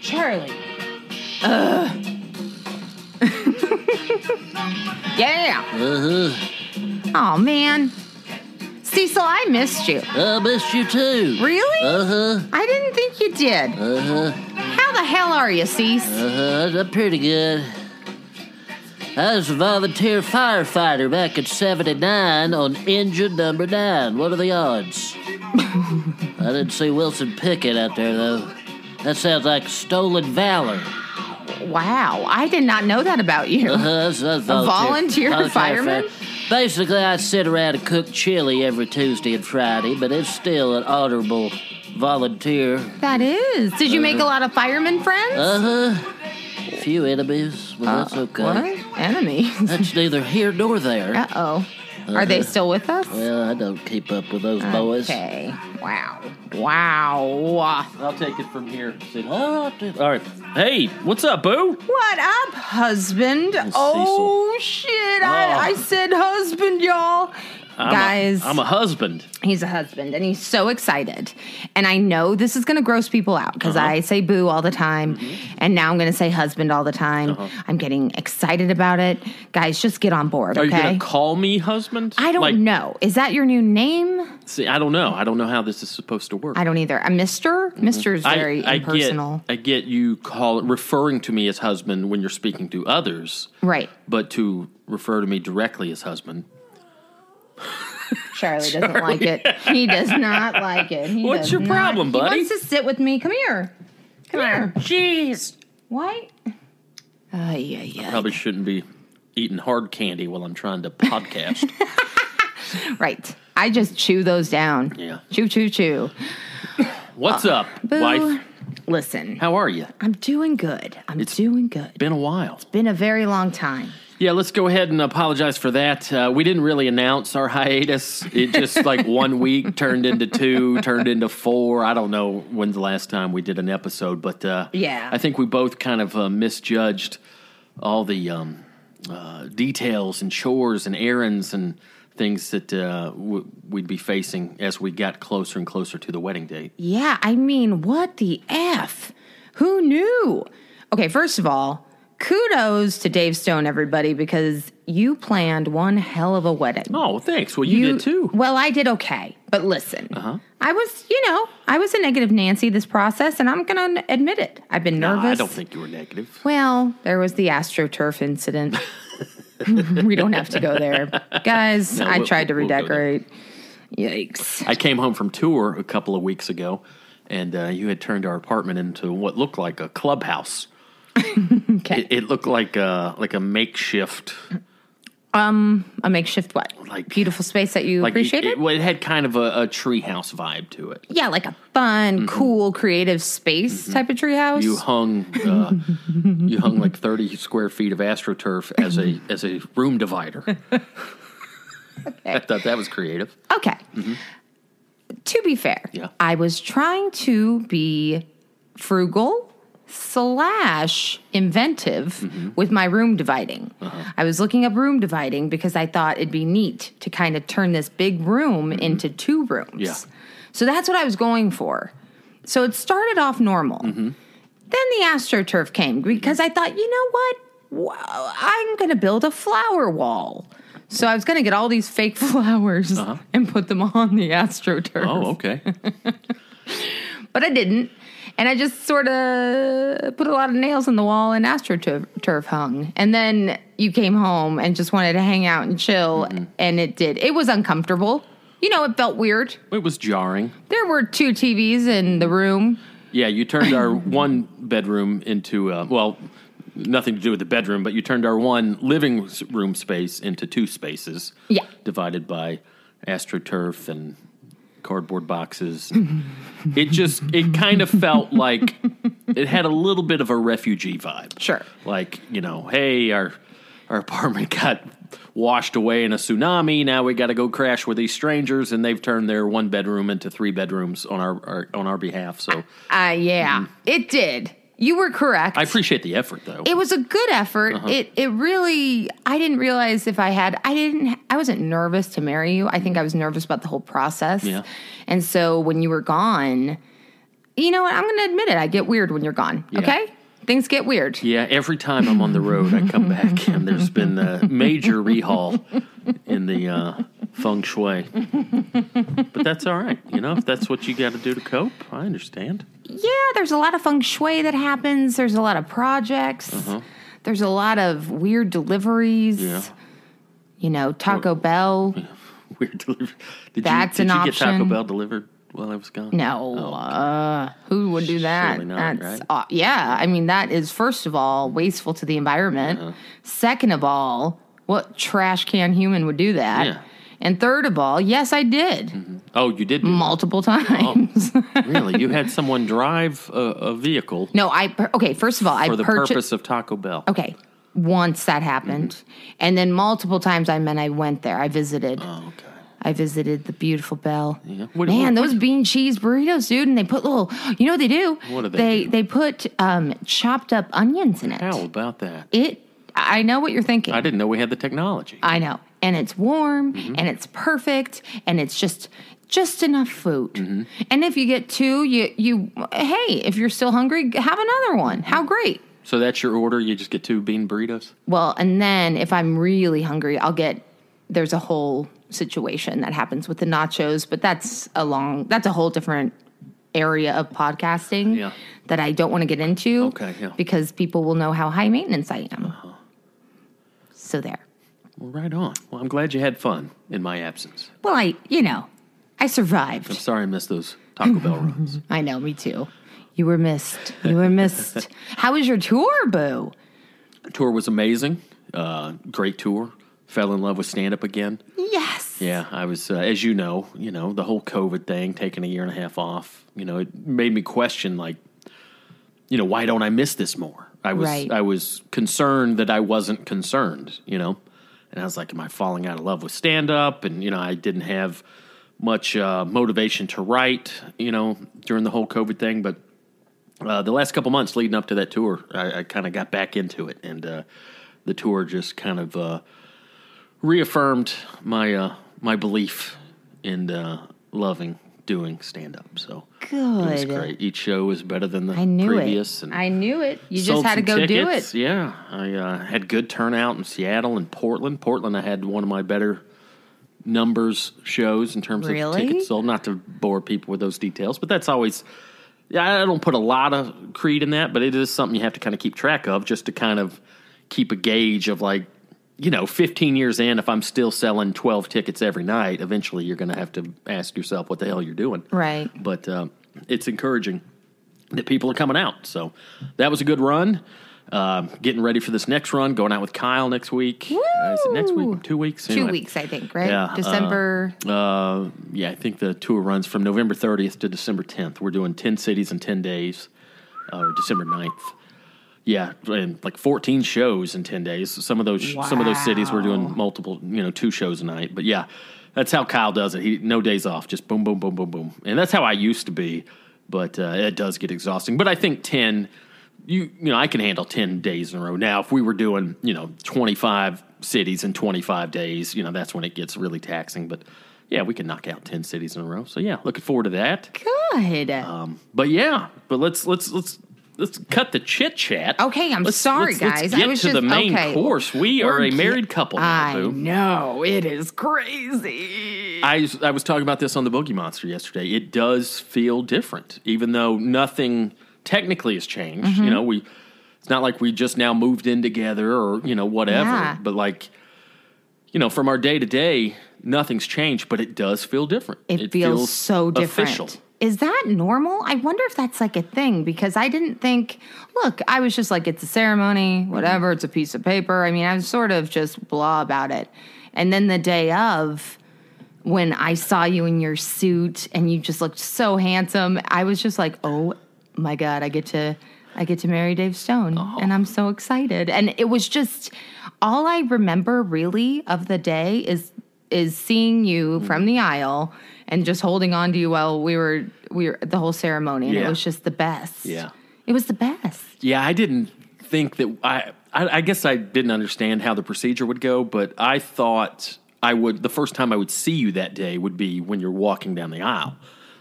Charlie. Uh. Ugh. yeah. Uh-huh. Oh man. Cecil, I missed you. I missed you too. Really? Uh-huh. I didn't think you did. Uh-huh. How the hell are you, Cecil? Uh-huh. I'm pretty good. I was a volunteer firefighter back in 79 on engine number 9. What are the odds? I didn't see Wilson Pickett out there, though. That sounds like stolen valor. Wow, I did not know that about you. Uh-huh, that's, that's volunteer fireman? fire- Basically, I sit around and cook chili every Tuesday and Friday, but it's still an honorable volunteer That is. Did you make a lot of firemen friends? Uh-huh. Uh huh. Few enemies, but that's okay. Uh, What? Enemies. That's neither here nor there. Uh oh. Are they still with us? Uh-huh. Well, I don't keep up with those boys. Okay. Wow. Wow. I'll take it from here. Say, "Oh, dude." All right. Hey, what's up, boo? What up, husband? oh shit! Oh. I, I said husband, y'all. I'm Guys, a, I'm a husband. he's a husband, and he's so excited. And I know this is going to gross people out because Uh-huh. I say boo all the time, Mm-hmm. and now I'm going to say husband all the time. Uh-huh. I'm getting excited about it, guys. Just get on board, Are you okay? gonna call me husband? I don't Like, know. Is that your new name? See, I don't know. I don't know how this is supposed to work. I don't either. A Mister. Mister is very Mm-hmm. I impersonal, Get, I get you call referring to me as husband when you're speaking to others, right? but to refer to me directly as husband. Charlie doesn't like it. He does not like it. He What's does your not- problem, buddy? He wants to sit with me. Come here. Come here. Jeez. Why? Uh, yeah, yeah. Probably shouldn't be eating hard candy while I'm trying to podcast. Right. I just chew those down. Yeah. Chew, chew, chew. what's up, Boo. wife? Listen, How are you? I'm doing good. I'm doing good. Been a while. Been a very long time. Yeah, let's go ahead and apologize for that. Uh, we didn't really announce our hiatus. It just like one week turned into two, turned into four. I don't know when the last time we did an episode, but uh, Yeah. I think we both kind of uh, misjudged all the um, uh, details and chores and errands and things that uh, w- we'd be facing as we got closer and closer to the wedding date. Yeah, I mean, what the F? Who knew? Okay, first of all, kudos to Dave Stone, everybody, because you planned one hell of a wedding. Oh, thanks. Well, you, did too. Uh-huh. Well, I did okay, but listen, I was, you know, I was a negative Nancy this process, and I'm going to admit it. I've been Nah, nervous. I don't think you were negative. Well, there was the AstroTurf incident. we don't have to go there, guys. I we'll- tried to we'll go there. redecorate. Yikes! I came home from tour a couple of weeks ago, and uh, you had turned our apartment into what looked like a clubhouse. Okay. It, it looked like a like a makeshift, A makeshift what? Like- beautiful space that you like appreciated. It, well, it had kind of a, a treehouse vibe to it. yeah, like a fun, cool, creative space type of treehouse. Mm-hmm. You hung, uh, you hung like thirty square feet of astroturf as a as a room divider. I thought that was creative. Okay. To be fair, Mm-hmm. Yeah. I was trying to be frugal slash inventive Mm-hmm. with my room dividing. Uh-huh. I was looking up room dividing because I thought it'd be neat to kind of turn this big room into two rooms. Mm-hmm. Yeah. So that's what I was going for. So it started off normal. Mm-hmm. Then the AstroTurf came because I thought, you know what? Wow, I'm going to build a flower wall. So I was going to get all these fake flowers and put them on the AstroTurf. Uh-huh. Oh, okay. But I didn't. And I just sort of put a lot of nails in the wall and AstroTurf turf hung. And Mm-hmm. then you came home and just wanted to hang out and chill. And it did. It was uncomfortable. You know, it felt weird. It was jarring. There were two TVs in the room. Yeah, you turned our one bedroom into uh, well, nothing to do with the bedroom, but you turned our one living s- room space into two spaces. Yeah. divided by astroturf and cardboard boxes. it just it kind of felt like it had a little bit of a refugee vibe. Sure. like you know, hey, our our apartment got washed away in a tsunami. Now we got to go crash with these strangers, and they've turned their one bedroom into three bedrooms on our, our on our behalf. So. Uh, yeah, it did. You were correct. Hmm. I Uh-huh. appreciate the effort, though. it was a good effort. It it really I didn't realize if I had I didn't I wasn't nervous to marry you. I think I was nervous about the whole process. Yeah. And so when you were gone, you know what? I'm going to admit it. I get weird when you're gone. Okay? Things get weird. yeah, every time I'm on the road, I come back and there's been a major rehaul in the uh, feng shui. But that's all right. You know, if that's what you got to do to cope, I understand. Yeah, there's a lot of feng shui that happens. There's a lot of projects. There's a lot of weird deliveries. Uh-huh. Yeah. You know, Taco Bell. Weird delivery. Did That's you, an did you get Taco option. Bell delivered while I was gone? No, uh, who would do that? Oh, Surely not, That's right? aw- yeah. I mean, that is first of all wasteful to the environment. Uh-huh. Second of all, what trash can human would do that? Yeah. And third of all, yes, I did Oh, you did? do that? multiple times. really? You had someone drive a, a vehicle no, I pur- okay. First of all, I Oh, for the purchased. purpose of Taco Bell. Okay, once that happened, and then multiple times I meant I went there. I visited. Mm-hmm. Oh, okay. I visited the beautiful Bell. What- Man, what- those bean cheese burritos, dude, and they put little. You know what they do? What do they They do? they put um, chopped up onions in it. How about that? It. I know what you're thinking. I Mm-hmm. didn't know we had the technology. I know, and it's warm, and it's perfect, and it's just just enough food. Mm-hmm. And if you get two, you you hey, if you're still hungry, have another one. How Mm. great! So that's your order? You just get two bean burritos? Well, and then if I'm really hungry, I'll get there's a whole situation that happens with the nachos, but that's a long that's a whole different area of podcasting Yeah. that I don't want to get into Okay, yeah. Uh-huh. because people will know how high maintenance I am. So there. Well, right on. Well, I'm glad you had fun in my absence. Well, I, you know, I I'm survived. sorry I missed those Taco Bell runs. I know, me too. You were missed. You were missed. how was your tour, boo? tour was amazing. Uh, great tour. Fell in love with stand up again. Yes. Yeah, I was, uh, as you know, you know the whole COVID thing, taking a year and a half off. You know, it made me question, like, you know, why don't I miss this more? I was, Right. I was concerned that I wasn't concerned. You know, and I was like, am I falling out of love with stand up? And you know, I didn't have much uh, motivation to write. You know, during the whole COVID thing, but uh, the last couple months leading up to that tour, I, I kind of got back into it, and uh, the tour just kind of uh, reaffirmed my uh, my belief in uh, loving doing stand up. So it was Good. great. Each show was better than the I knew previous. it. I knew it. You just sold had to some go do it. tickets. Yeah, I uh, had good turnout in Seattle and Portland. Portland, I had one of my better numbers shows in terms Really? of tickets sold. Not to bore people with those details, but that's always. Yeah, I don't put a lot of creed in that, but it is something you have to kind of keep track of, just to kind of keep a gauge of like, you know, 15 years in, if I'm still selling 12 tickets every night, eventually you're going to have to ask yourself what the hell you're doing. Right. But uh, it's encouraging that people are coming out. So that was a good run. Um, getting ready for this next run, going out with Kyle next week. Uh, is it next Woo! week? Two weeks? Two Anyway. weeks, I think, right? Yeah, uh, December. Uh, yeah, I think the tour runs from November 30th to December 10th. We're doing 10 cities in 10 days, uh, or December 9th. Yeah, and like 14 shows in 10 days. Some of those some of those cities we're doing multiple, you know, two shows a night. But yeah, that's how Kyle does it. He no days off, just boom boom boom boom boom. And that's how I used to be, but uh, it does get exhausting. But I think 10 you you know, I can handle 10 days in a row. Now, if we were doing, you know, 25 cities in 25 days, you know, that's when it gets really taxing, but yeah, we can knock out 10 cities in a row. So yeah, looking forward to that. Good. Um, but yeah, but let's let's let's let's cut the chit chat. Okay, I'm sorry, guys. Let's I get was to the just- main okay. course. We We're are a get- married couple. now, I Boo. know it is crazy. I was- I was talking about this on the Boogie Monster yesterday. It does feel different, even though nothing technically has changed. Mm-hmm. You know, we it's not like we just now moved in together or you know whatever, Yeah. but like you know, from our day to day, nothing's changed, but it does feel different. It, feels, so different. Official. Is that normal? I wonder if that's like a thing because I didn't think, look, I was just like, it's a ceremony, whatever, it's a piece of paper. I mean, I was sort of just blah about it. And then the day of, when I saw you in your suit and you just looked so handsome, I was just like, oh my God, I get to. I get to marry Dave Stone Oh. and I'm so excited. And it was just all I remember really of the day is is seeing you Mm-hmm. from the aisle and just holding on to you while we were we were the whole ceremony and it Yeah. was just the best. Yeah. It was the best. Yeah, I didn't think that. I, I I guess I didn't understand how the procedure would go, but I thought I would. The first time I would see you that day would be when you're walking down the aisle.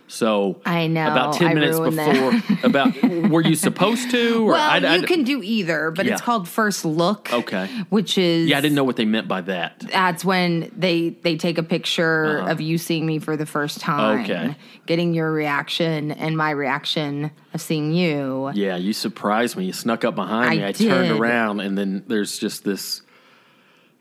So I know, about ten I minutes ruined before. about were you supposed to? Or Well, I, I- you can do either, but it's Yeah. called first look. Okay. Which is Yeah, I didn't know what they meant by that. that's when they they take a picture of you seeing me for the first time Uh-huh. Okay. getting your reaction and my reaction of seeing you Yeah, you surprised me. You snuck up behind I me. I turned did. around, and then there's just this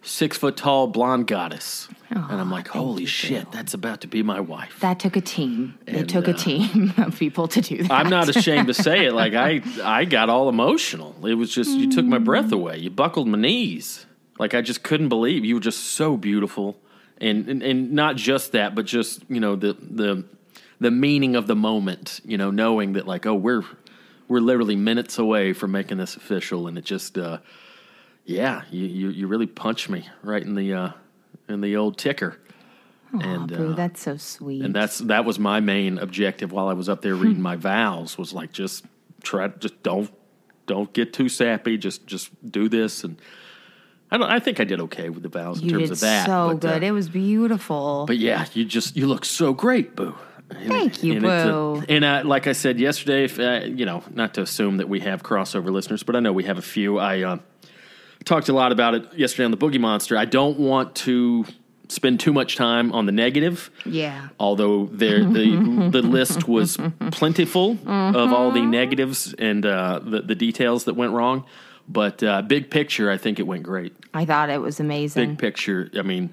six foot tall blonde goddess, and I'm like, holy shit, that's about to be my wife. that took a team it And, took a uh, team of people to do that I'm not ashamed to say it. Like I, I got all emotional. It was just you took my breath away. You buckled my knees. Like I just couldn't believe you were just so beautiful, and and, and not just that, but just you know the the the meaning of the moment. You know, knowing that like oh we're we're literally minutes away from making this official, and it just uh, yeah, you you, you really punched me right in the uh, in the old ticker. and uh, Boo, that's so sweet and that's that was my main objective while I was up there Hmm. reading my vows was like just try just don't don't get too sappy just just do this and I don't I think I did okay with the vows in you terms did of that so but, uh, good it was beautiful but yeah you just you look so great boo And- Thank you, and it's a- Boo. and uh, like I said yesterday if uh, you know not to assume that we have crossover listeners but I know we have a few I uh, talked a lot about it yesterday on the Boogie Monster I don't want to spend too much time on the negative yeah although there the the list was plentiful of all Mm-hmm. the negatives and uh, the the details that went wrong. But uh, big picture, I think it went great. i thought it was amazing Big picture, I mean,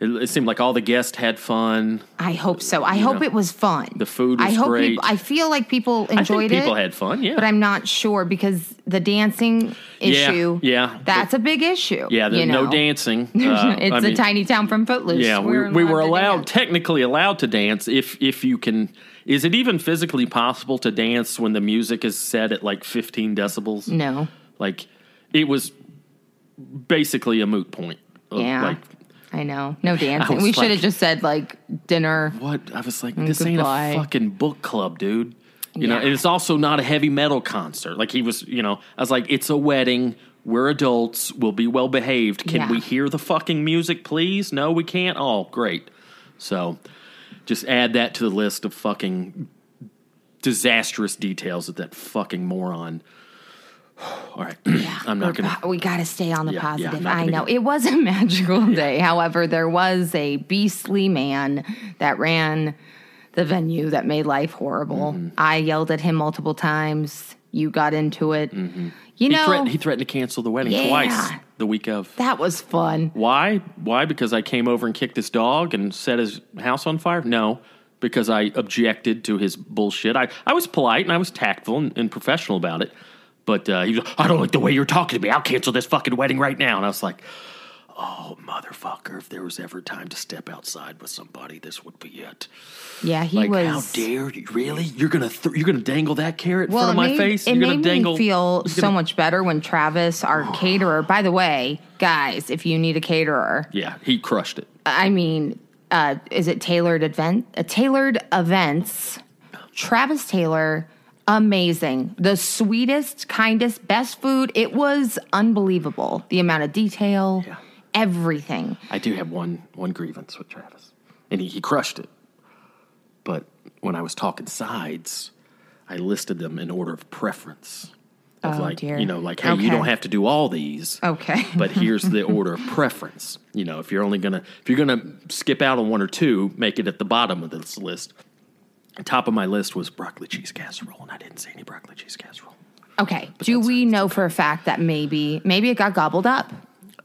it, it seemed like all the guests had fun. i hope so i hope know, it was fun the food i was hope great. people, i feel like people enjoyed I think people it had fun. Yeah, but I'm not sure because the dancing Yeah, issue, yeah. that's a big issue. yeah. There's you no know? dancing. Uh, it's I a mean, tiny town from Footloose. Yeah, we, we were to allowed dance. technically allowed to dance if if you can. Is it even physically possible to dance when the music is set at like 15 decibels? No, Like it was basically a moot point. Of, yeah, Like I know, no dancing. was We like- should have just said like dinner. what? I was like, this ain't goodbye. a fucking book club, dude. You know, Yeah. and it's also not a heavy metal concert. Like he was, you know, I was like, it's a wedding. We're adults. We'll be well behaved. Can Yeah. we hear the fucking music, please? No, we can't. Oh, great. So just add that to the list of fucking disastrous details that that fucking moron. All right. I'm We're not going to. po- we got to stay on the Yeah, yeah, I'm positive. not I gonna know get- it was a magical day. However, there was a beastly man that ran the venue that made life horrible. Mm-hmm. I yelled at him multiple times. You got into it. You Mm-hmm. He, know threatened, he threatened to cancel the wedding Yeah. twice the week of. that was fun. Why? Why? Because I came over and kicked his dog and set his house on fire? No, because I objected to his bullshit. I, I was polite and I was tactful and, and professional about it. But uh, he was, I don't like the way you're talking to me. I'll cancel this fucking wedding right now. And I was like, oh, motherfucker, if there was ever time to step outside with somebody, this would be it. Yeah, he Like, was. how dare you? Really? You're going to th- you're gonna dangle that carrot in front of it my made, face? It you're made gonna dangle. me feel so much better when Travis, our caterer. By the way, guys, if you need a caterer, yeah, he crushed it. I mean, uh, is it tailored event? Uh, tailored events. Travis Taylor, amazing. The sweetest, kindest, best food. It was unbelievable. The amount of detail, Yeah. everything. I do have one one grievance with Travis, and he, he crushed it. But when I was talking sides, I listed them in order of preference. Of Oh, like dear. you know, like hey, Okay. you don't have to do all these. Okay. but here's the order of preference. You know, if you're only gonna if you're gonna skip out on one or two, make it at the bottom of this list. Top of my list was broccoli cheese casserole, and I didn't see any broccoli cheese casserole. Okay. Do we know for a fact that maybe maybe it got gobbled up?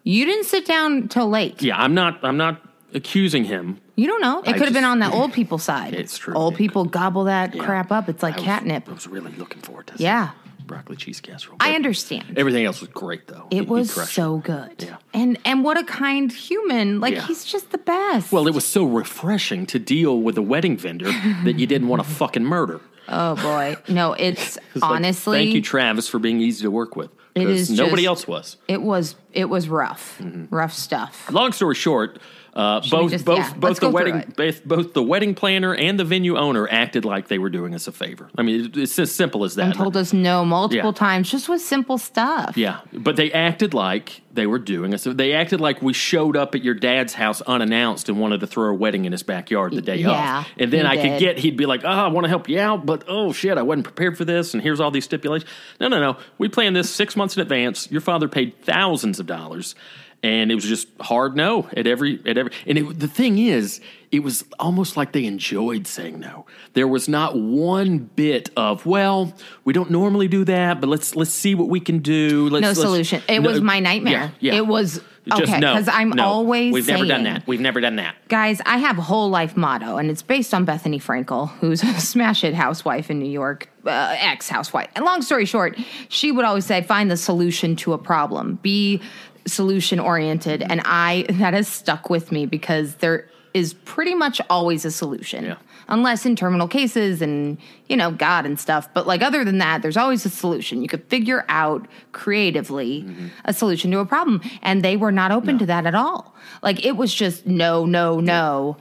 You didn't sit down till late. Yeah, I'm not. I'm not accusing him. You don't know. It I could have been just- on the old people side. It's true. Old It people gobble that Yeah. crap up. It's like I was- catnip. I was really looking forward to. some Yeah. broccoli cheese casserole. I But understand. Everything else was great though. He- it he was crushed so good. Yeah. And and what a kind human. Like Yeah. he's just the best. Well, it was so refreshing to deal with a wedding vendor that you didn't want to fucking murder. oh boy. No, it's, It's like, honestly thank you, Travis, for being easy to work with. It is 'cause nobody just- else was. it was it was rough. Mm-hmm. Rough stuff. Long story short, uh, we both just- both yeah, both let's the go through wedding it. both, both the wedding planner and the venue owner acted like they were doing us a favor. I mean, it, it's as simple as that. And told us no multiple Yeah. times just with simple stuff. Yeah, but they acted like they were doing us. They acted like we showed up at your dad's house unannounced and wanted to throw a wedding in his backyard the day Yeah, of. And then he I could did. get, he'd be like, oh, I want to help you out, but oh shit, I wasn't prepared for this, and here's all these stipulations. No, no, no. We planned this six months in advance. Your father paid thousands of dollars. And it was just hard no at every at every. And it, the thing is, it was almost like they enjoyed saying no. There was not one bit of well, we don't normally do that, but let's let's see what we can do. Let's No let's- solution. It no- was my nightmare. Yeah, yeah. It was okay no, because I'm no. always We've never done saying- that. We've never done that. Guys, I have a whole life motto, and it's based on Bethany Frankel, who's a smash it housewife in New York, uh, ex housewife. And long story short, she would always say, find the solution to a problem, be solution oriented. And I, that has stuck with me because there is pretty much always a solution, Yeah. unless in terminal cases and, you know, God and stuff. But like other than that, there's always a solution. You could figure out creatively Mm-hmm. a solution to a problem. And they were not open to that at all. Like it was just no, no, no.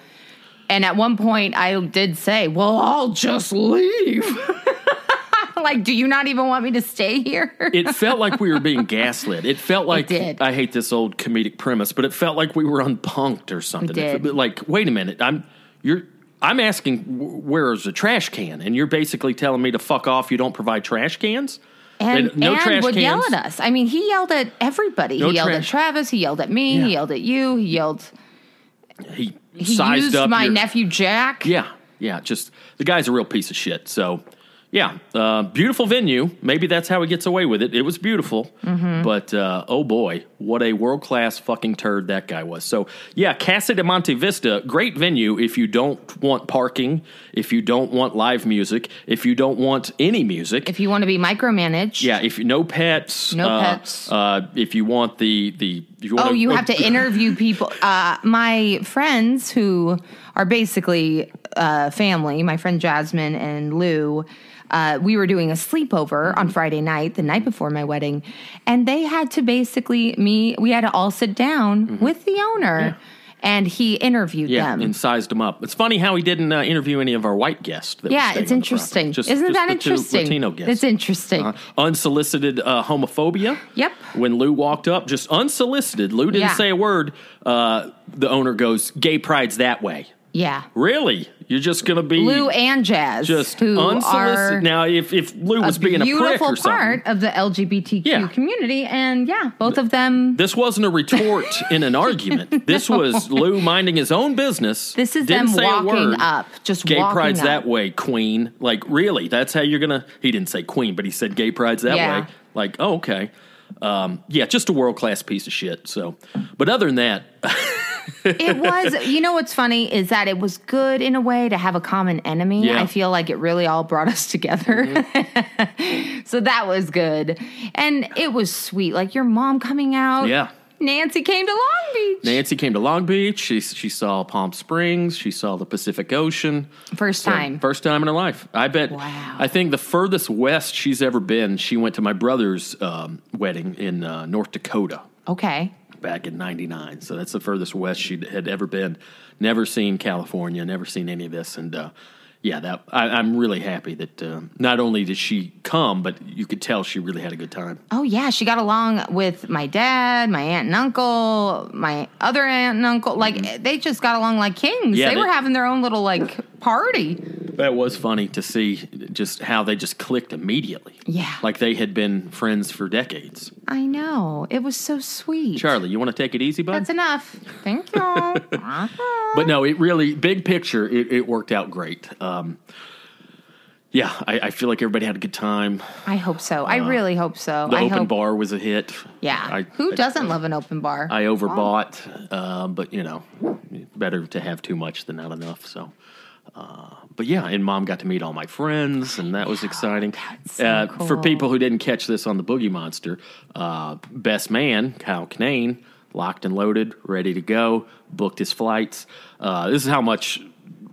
And at one point, I did say, Well, I'll just leave. like, do you not even want me to stay here? It felt like we were being gaslit. It felt like did. I hate this old comedic premise, but it felt like we were unpunked or something. It It did. Like, wait a minute, I'm you're. I'm asking wh- where is the trash can, and you're basically telling me to fuck off. You don't provide trash cans, and They- no and trash would cans. yell at us. I mean, he yelled at everybody. No he yelled trash- at Travis. He yelled at me. Yeah. He yelled at you. He yelled. He, He sized used up my your- nephew Jack. Yeah, yeah. Just the guy's a real piece of shit. So, yeah, uh, beautiful venue. Maybe that's how he gets away with it. It was beautiful, Mm-hmm. but uh, oh boy, what a world class fucking turd that guy was. So, yeah, Casa de Monte Vista, great venue. If you don't want parking, if you don't want live music, if you don't want any music, If you want to be micromanaged, yeah, if you no pets, No uh, pets. Uh, if you want the the you want Oh, you have to interview people. Uh, my friends who are basically uh, family, my friend Jasmine and Lou, uh, we were doing a sleepover Mm-hmm. on Friday night, the night before my wedding, and they had to basically me. We had to all sit down with the owner, and he interviewed Mm-hmm. Yeah, them. and sized them up. It's funny how he didn't uh, interview any of our white guests. That were yeah, staying it's on the property. interesting. Just- Isn't just that the two interesting? Latino guests. It's interesting. Uh, unsolicited uh, homophobia. Yep. When Lou walked up, just unsolicited, Lou didn't Yeah. say a word. Uh, the owner goes, "Gay pride's that way." yeah. Really? You're just gonna be Lou and Jazz, just who unsolicited? are now, if if Lou was a being a prick beautiful or something, part of the LGBTQ Yeah. community, and yeah, both of them. this wasn't a retort in an argument. This was Lou minding his own business. This is didn't them say a walking word. up, just gay walking pride's up. that way, queen. Like really, that's how you're gonna. He didn't say queen, but he said gay pride's that Yeah. way. Like oh, okay, um, yeah, just a world class piece of shit. So, but other than that, It was, you know, what's funny is that it was good in a way to have a common enemy. Yeah. I feel like it really all brought us together. Mm-hmm. so that was good, and it was sweet. Like your mom coming out. Yeah. Nancy came to Long Beach Nancy came to Long Beach. She she saw Palm Springs. She saw the Pacific Ocean. first So, time. First time in her life. I bet. Wow. I think the furthest west she's ever been. She went to my brother's um, wedding in uh, North Dakota. okay. back in 99 so that's the furthest west she had ever been never seen california never seen any of this and uh, yeah that I, i'm really happy that uh, not only did she come but you could tell she really had a good time Oh yeah, she got along with my dad, my aunt and uncle, my other aunt and uncle. Like they just got along like kings. Mm-hmm. Yeah, they, they- were having their own little like party. that was funny to see just how they just clicked immediately Yeah. like they had been friends for decades I know. It was so sweet. charlie you want to take it easy bud That's enough. Thank you. Uh-huh. but no, it really big picture. It, it worked out great. Um, yeah, I, I feel like everybody had a good time. I hope so. I really hope so. Uh, The I open hope, bar was a hit. Yeah. I- Who I- doesn't love an open bar? I overbought, uh, but you know, better to have too much than not enough. So, uh, but yeah, and mom got to meet all my friends, and that was exciting. so uh, For cool. people who didn't catch this on the Boogie Monster, uh, best man Kyle Kinane, locked and loaded, ready to go, booked his flights. Uh, this is how much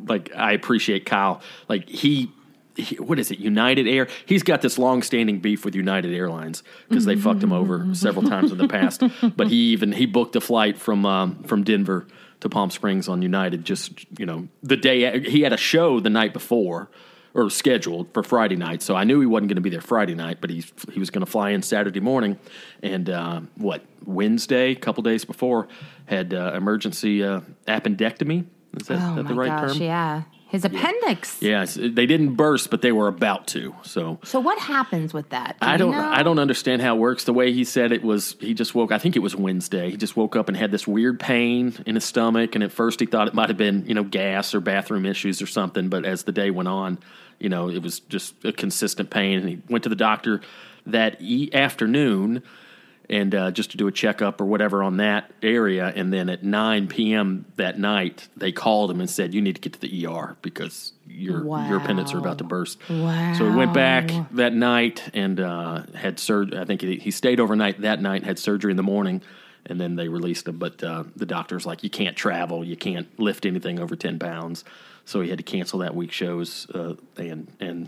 like I appreciate Kyle. Like he. he- What is it? United Air. He's got this long-standing beef with United Airlines because they fucked him over several times in the past. But he even he booked a flight from um, from Denver to Palm Springs on United. Just you know, the day he had a show the night before, or scheduled for Friday night. So I knew he wasn't going to be there Friday night, but he he was going to fly in Saturday morning, and uh, what Wednesday, a couple days before, had uh, emergency uh, appendectomy. Is that, oh that my the right gosh, term? yeah. His appendix. Yes, they didn't burst, but they were about to. So So what happens with that? Do I you don't know? I don't understand how it works. The way he said it was he just woke I think it was Wednesday. He just woke up and had this weird pain in his stomach and at first he thought it might have been, you know, gas or bathroom issues or something, but as the day went on, you know, it was just a consistent pain and he went to the doctor that e- afternoon and uh, just to do a checkup or whatever on that area. And then at 9 p.m. that night, they called him and said, "You need to get to the ER because your your appendix are about to burst." So he went back that night and uh, had surgery. I think he, he stayed overnight that night, had surgery in the morning, and then they released him. But uh, the doctor's like, "You can't travel. You can't lift anything over 10 pounds." So he had to cancel that week's shows uh, and and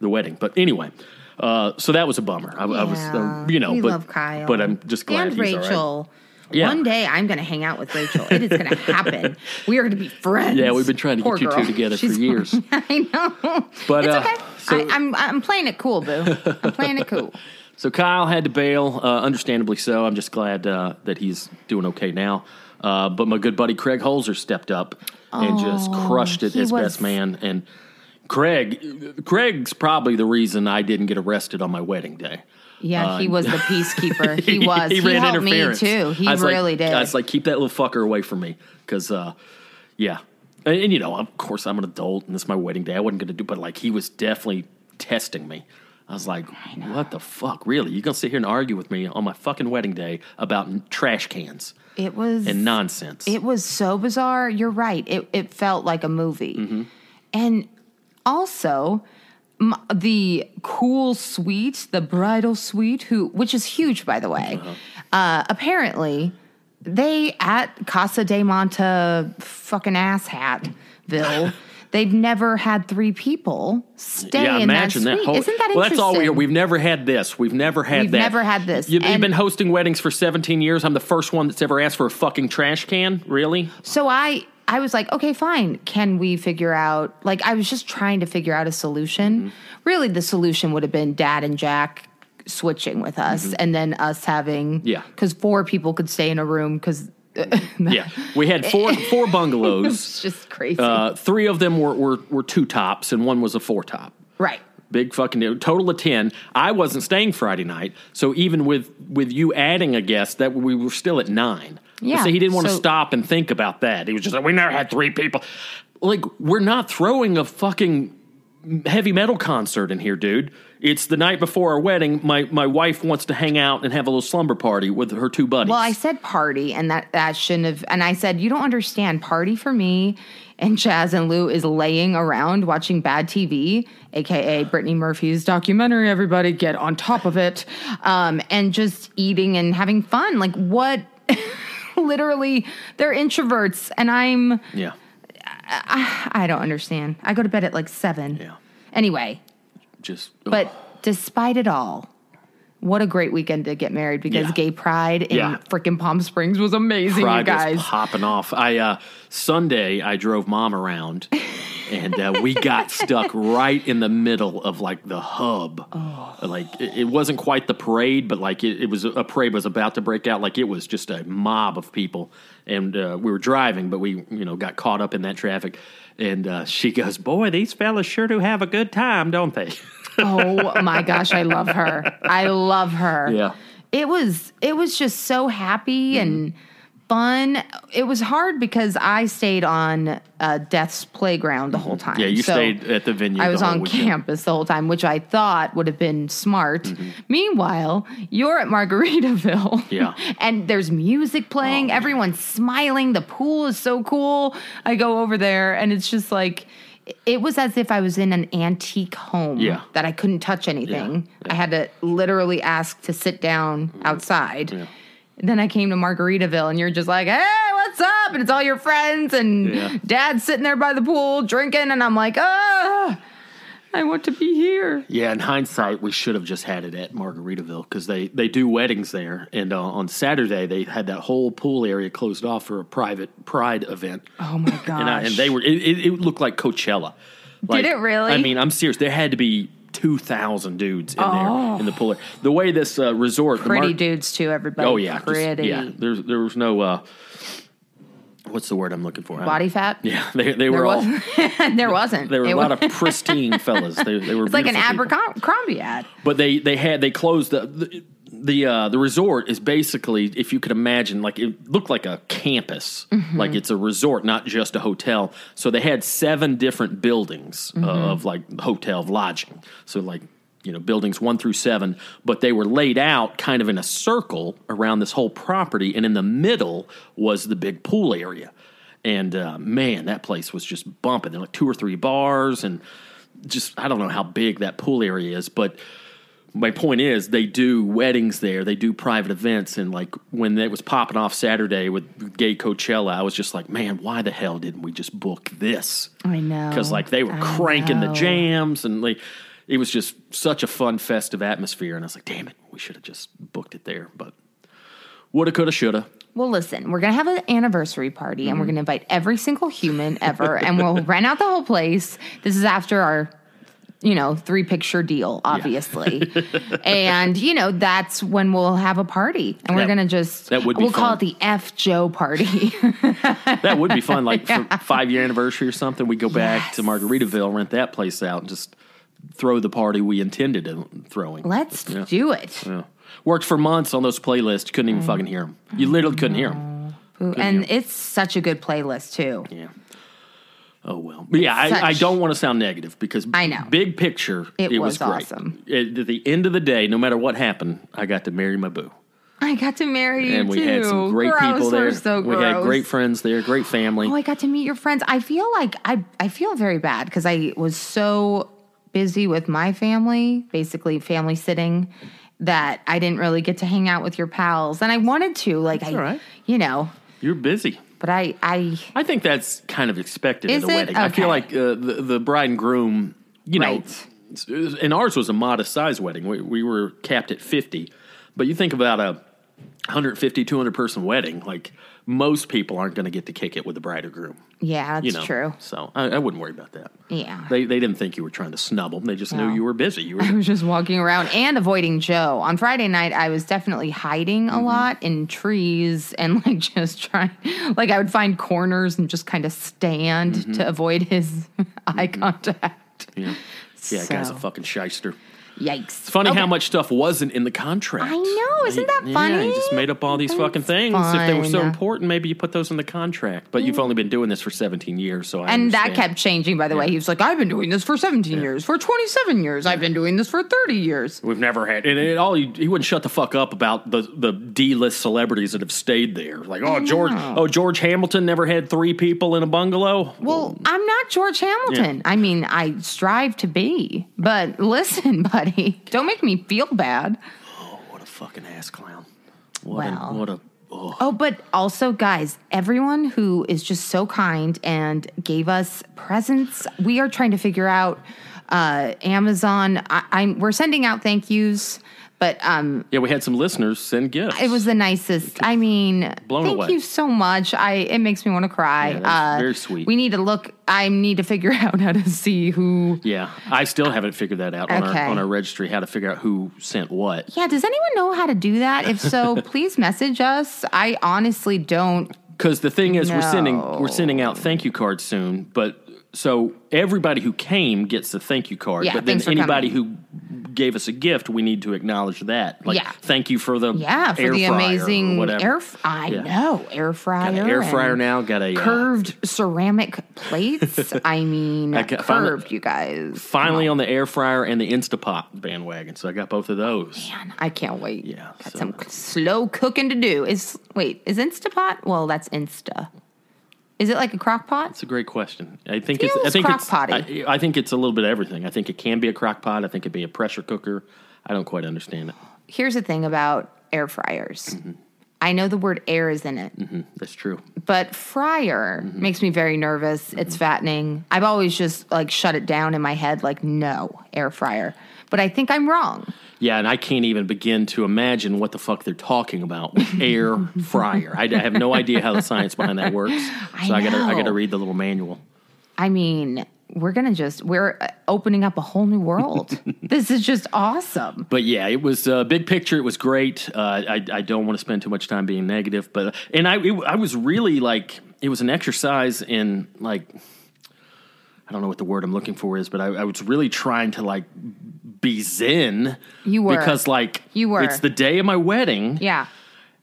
the wedding. But anyway. Uh, so that was a bummer. I, I was, uh, Yeah. you know, We but love Kyle. but I'm just glad and he's all right. Rachel. Yeah. One day I'm going to hang out with Rachel. It is going to happen. we are going to be friends. Yeah, we've been trying to Poor get you girl. two together She's- for years. I know. But, it's uh, okay. so- I, I'm I'm playing it cool, boo. I'm playing it cool. so Kyle had to bail, uh, understandably so. I'm just glad uh, that he's doing okay now. Uh, but my good buddy Craig Holzer stepped up and just crushed it Oh, he as was- best man. And Craig, Craig's probably the reason I didn't get arrested on my wedding day. Yeah, Uh, he was the peacekeeper. He was. he ran helped me interference. too. He I was like- really did. I was like, keep that little fucker away from me, because uh, yeah, and, and, you know, of course, I'm an adult, and this is my wedding day. I wasn't going to do, but like, he was definitely testing me. I was like, what the fuck, really? You gonna sit here and argue with me on my fucking wedding day about n- trash cans it was and nonsense? It was so bizarre. You're right. It it felt like a movie, Mm-hmm. and also m- the cool suite, the bridal suite, who which is huge by the way. Uh-huh. uh apparently, they at Casa de Monta fucking ass hatville. They've never had three people stay yeah, in imagine that that. suite. Whole- Isn't that interesting? well, that's all we We've never had this. We've never had We've that. never had this. You, you've And- been hosting weddings for 17 years. I'm the first one that's ever asked for a fucking trash can. Really? So I I was like, okay, fine. Can we figure out like I was just trying to figure out a Mm-hmm. solution. Really the solution would have been dad and Jack switching with us and then us having Mm-hmm. Yeah. cuz four people could stay in a room cuz Yeah, we had four four it's bungalows. just crazy. Uh, three of them were, were were two tops, and one was a four top. right. Big fucking deal. total of ten. I wasn't staying Friday night, so even with with you adding a guest, that we were still at nine. Yeah, so he didn't want to so- stop and think about that. He was just like, "We never had three people." Like we're not throwing a fucking heavy metal concert in here, dude. It's the night before our wedding. My my wife wants to hang out and have a little slumber party with her two buddies. Well, I said party and that that shouldn't have and I said you don't understand party for me and Chaz and Lou is laying around watching bad TV, aka Brittany Murphy's documentary. Everybody get on top of it, um, and just eating and having fun. Like what? Literally, they're introverts, and I'm yeah, I don't understand. I go to bed at like seven. Yeah. Anyway, just but despite it all, what a great weekend to get married because Yeah. gay pride in Yeah. frickin' Palm Springs was amazing, pride you was guys. popping off. I uh, Sunday I drove mom around, and uh, we got stuck right in the middle of like the hub. Oh. Like it, it wasn't quite the parade, but like it, it was a parade was about to break out. Like it was just a mob of people, and uh, we were driving, but we you know got caught up in that traffic. And uh, she goes, "Boy, these fellas sure do have a good time, don't they?" oh my gosh, I love her. I love her. Yeah. It was it was just so happy and fun. It was hard because I stayed on uh, Death's playground the whole time. Yeah, you So stayed at the venue. I the was whole on weekend. campus the whole time, which I thought would have been smart. Mm-hmm. Meanwhile, you're at Margaritaville. Yeah. and there's music playing, Oh. everyone's smiling, the pool is so cool. I go over there and it's just like it was as if I was in an antique home Yeah. that I couldn't touch anything. I had to literally ask to sit down Mm-hmm. outside. Then I came to Margaritaville, and you're just like, "Hey, what's up?" And it's all your friends, and Yeah. Dad's sitting there by the pool drinking, and I'm like, "Ah, I want to be here." Yeah, in hindsight, we should have just had it at Margaritaville because they, they do weddings there. And uh, on Saturday, they had that whole pool area closed off for a private pride event. Oh my gosh! and, I, and they were it, it, it looked like Coachella. Like, it really? I mean, I'm serious. There had to be two thousand dudes in Oh. there in the pool. area. The way this uh, resort, the pretty mar- dudes too. Everybody. Oh yeah, just- pretty. yeah. There's there was no uh, what's the word I'm looking for? I don't- Body fat. Yeah, they they were There all wasn't. there wasn't. there were It a lot was- of pristine fellas. They, they were It's like an beautiful people. Abercrombie ad. But they they had they closed the the the, uh, the resort is basically if you could imagine like it looked like a campus, like it's a resort, not just a hotel. So they had seven different buildings uh, of like hotel of lodging. So like you know buildings one through seven, but they were laid out kind of in a circle around this whole property, and in the middle was the big pool area. And uh, man, that place was just bumping. There were like two or three bars and just I don't know how big that pool area is, but my point is they do weddings there, they do private events, and like when it was popping off Saturday with Gay Coachella, I was just like, man, why the hell didn't we just book this? I know. Because like they were Oh, I cranking the know. jams and like it was just such a fun festive atmosphere, and I was like, damn it, we should have just booked it there, but woulda, coulda, shoulda. Well, listen, we're going to have an anniversary party Mm-hmm. and we're going to invite every single human ever and we'll rent out the whole place. This is after our, you know, three picture deal, obviously. and, you know, that's when we'll have a party and we're That- going to just, that would be we'll call fun. it the F Joe party. That would be fun, like for five year anniversary or something. We go back to Margaritaville, rent that place out, and just throw the party we intended in throwing. Let's Yeah. do it. Yeah. Worked for months on those playlists. Couldn't Mm. even fucking hear them. You literally couldn't hear them. and it's such a good playlist, too. Yeah. Oh well. But yeah, Such- I, I don't want to sound negative because I know. Big picture, It it, was, was great. awesome. At, at the end of the day, no matter what happened, I got to marry my boo, I got to marry you and we too. had some great Gross, we're people there. So we had gross. great friends there, great family. Oh, I got to meet your friends. I feel like I I feel very bad because I was so busy with my family, basically family sitting, that I didn't really get to hang out with your pals. And I wanted to, like I, all right. you know, You're busy. but I I I think that's kind of expected Is at a it? wedding. I Okay. feel like uh, the, the bride and groom, you know, Right. it's- it's- and ours was a modest size wedding. We, we were capped at 50. But you think about a 150, 200 person wedding, like most people aren't going to get to kick it with the bride or groom. yeah, that's You know, true. So I, I wouldn't worry about that. Yeah. They, they didn't think you were trying to snub them. They just No. knew you were busy. You I were was just walking around and avoiding Joe. On Friday night, I was definitely hiding Mm-hmm. a lot in trees and like just trying, like I would find corners and just kind of stand to avoid his eye contact. Mm-hmm. yeah, yeah, that guy's a So. fucking shyster. Yikes! It's funny Okay. how much stuff wasn't in the contract. I know, isn't that Yeah, funny? you just made up all these That's fucking things. If they were so fun. important, maybe you put those in the contract. But you've only been doing this for 17 years, so I And that understand. kept changing, by the way. He was like, I've been doing this for 17 years, for 27 years. I've been doing this for 30 years. We've never had, and it all he, he wouldn't shut the fuck up about the the D list celebrities that have stayed there. Like, oh George, oh George Hamilton never had three people in a bungalow. Well, I'm not George Hamilton. I mean, I strive to be. But listen, buddy, don't make me feel bad. What a fucking ass clown! What Well. a what a oh, Oh, but also, guys, everyone who is just so kind and gave us presents, we are trying to figure out uh, Amazon. I, I'm, we're sending out thank yous, but um, yeah. We had some listeners send gifts. It was the nicest. I mean, Blown thank away. you so much. I it makes me want to cry. Uh, Yeah, that's very sweet. We need to look. I need to figure out how to see who. yeah. I still haven't figured that out on Okay. our on our registry how to figure out who sent what. Yeah, does anyone know how to do that? If so, please message us. I honestly don't. Because the thing is, we're sending No. we're sending out thank you cards soon. But so everybody who came gets a thank you card. Yeah, but then thanks for anybody coming. who gave us a gift, we need to acknowledge that. Like, Yeah. thank you for the Yeah, for air the fryer or amazing whatever. air. F- I Yeah. know air fryer. Got an air fryer and now. Got a uh, Curved ceramic plates. I mean, I ca- found it- curved, you guys. finally on the air fryer and the Instapot bandwagon. So I got both of those. Man, I can't wait. Yeah, got so- some c- slow cooking to do. Is wait, is Instapot? Well, that's Insta. Is it like a crock pot? It's a great question. I think it's, I Feels think it's crock-potty. I, I think it's a little bit of everything. I think it can be a crock pot. I think it'd be a pressure cooker. I don't quite understand it. Here's the thing about air fryers. Mm-hmm. I know the word air is in it, That's true. but fryer Mm-hmm. makes me very nervous. It's fattening. I've always just like shut it down in my head, like no air fryer. But I think I'm wrong. Yeah, and I can't even begin to imagine what the fuck they're talking about with air fryer. I, I have no idea how the science behind that works. I So I, gotta I know. gotta read the little manual. I mean, we're gonna just we're uh, opening up a whole new world. this is just awesome. But yeah, it was uh, big picture. It was great. Uh, I, I don't want to spend too much time being negative, but and I it- I was really like it was an exercise in like I don't know what the word I'm looking for is, but I, I was really trying to like be zen. You were. because like You were. It's the day of my wedding, Yeah,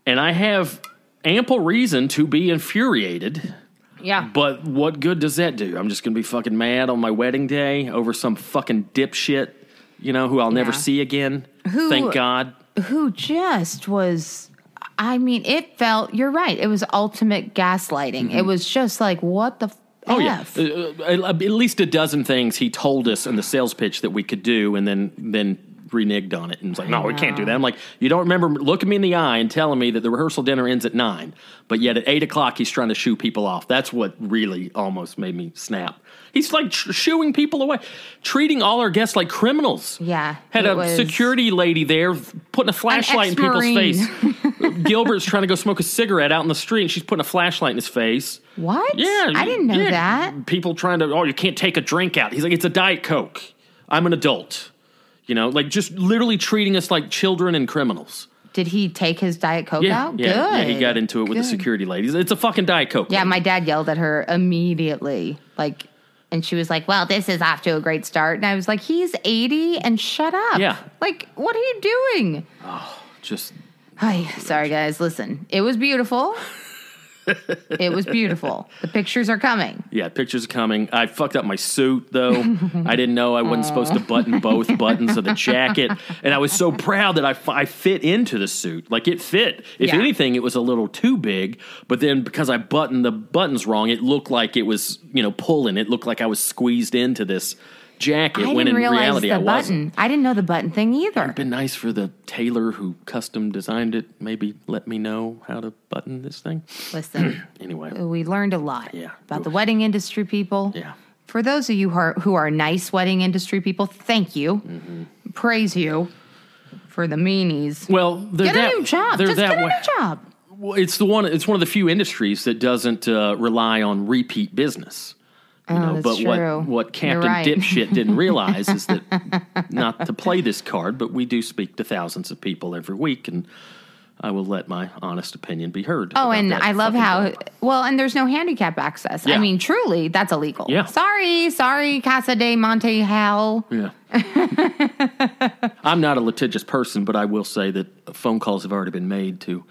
and I have ample reason to be infuriated. yeah. But what good does that do? I'm just going to be fucking mad on my wedding day over some fucking dipshit, you know, who I'll never Yeah. see again. Who- Thank God. who just was I mean, it felt you're right. It was ultimate gaslighting. It was just like what the f- Mm-hmm. Oh, yeah. F? Uh, uh, at least a dozen things he told us in the sales pitch that we could do and then, then reneged on it and was like, no, we can't do that. I'm like, you don't remember looking me in the eye and telling me that the rehearsal dinner ends at nine, but yet at eight o'clock he's trying to shoo people off. That's what really almost made me snap. He's like tr- shooing people away, treating all our guests like criminals. Yeah, Had it a was- security lady there putting a flashlight in people's face. Gilbert's trying to go smoke a cigarette out in the street and she's putting a flashlight in his face. What? Yeah, I didn't know yeah. that. People trying to oh, you can't take a drink out. He's like, it's a diet coke. I'm an adult. You know, like just literally treating us like children and criminals. Did he take his diet coke Yeah, out? yeah, oh, Good. yeah. He got into it with the security ladies. It's a fucking diet coke. Yeah, my dad yelled at her immediately. Like and she was like, "Well, this is off to a great start." And I was like, "He's 80 and shut up." Yeah. Like, what are you doing? just Hi, sorry guys. Listen, it was beautiful. it was beautiful. The pictures are coming. yeah. Pictures are coming. I fucked up my suit though. I didn't know I wasn't supposed to button both buttons of the jacket, and I was so proud that I, fi- I fit into the suit. Like it fit. If Yeah. anything, it was a little too big. But then because I buttoned the buttons wrong, it looked like it was you know pulling. It looked like I was squeezed into this jacket. I when didn't in realize reality, the I wasn't. button. I didn't know the button thing either. Been nice for the tailor who custom designed it. Maybe let me know how to button this thing. Listen, Anyway, we learned a lot Yeah. about the wedding industry people. Yeah. For those of you who are, who are nice wedding industry people, thank you. Mm-hmm. Praise you for the meanies. well, they're get that a new job. They're Just that get a way. new job. Well, it's the one. It's one of the few industries that doesn't uh, rely on repeat business. You know, Oh, that's but true. what what Captain right. Dipshit didn't realize is that not to play this card, but we do speak to thousands of people every week, and I will let my honest opinion be heard. Oh, about and that I love fucking how job. well, and there's no handicap access. I Yeah. mean, truly, that's illegal. Yeah. Sorry, sorry, Casa de Monte Hell. Yeah. I'm not a litigious person, but I will say that phone calls have already been made to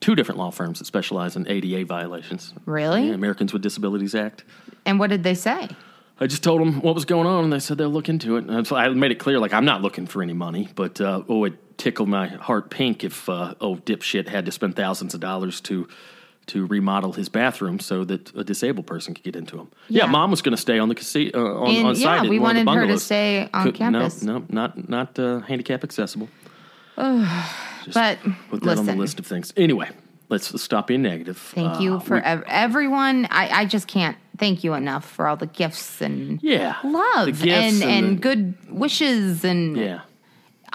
two different law firms that specialize in ADA violations. Really? Yeah, Americans with Disabilities Act. And what did they say? I just told them what was going on, and they said they'll look into it. And so I made it clear, like I'm not looking for any money, but uh, oh, it tickled my heart pink if uh, old dipshit had to spend thousands of dollars to to remodel his bathroom so that a disabled person could get into him. Yeah, Yeah. mom was going to stay on the casino uh, on, In- on yeah, site. at we one of wanted the her to bungalows. stay on Could- campus. No, no, not not uh, handicap accessible. But Put that on listen, the list of things. Anyway, let's stop being negative. thank Uh, you for we- ev- everyone. I, I just can't thank you enough for all the gifts and yeah love the gifts and, and, the- good wishes. And yeah.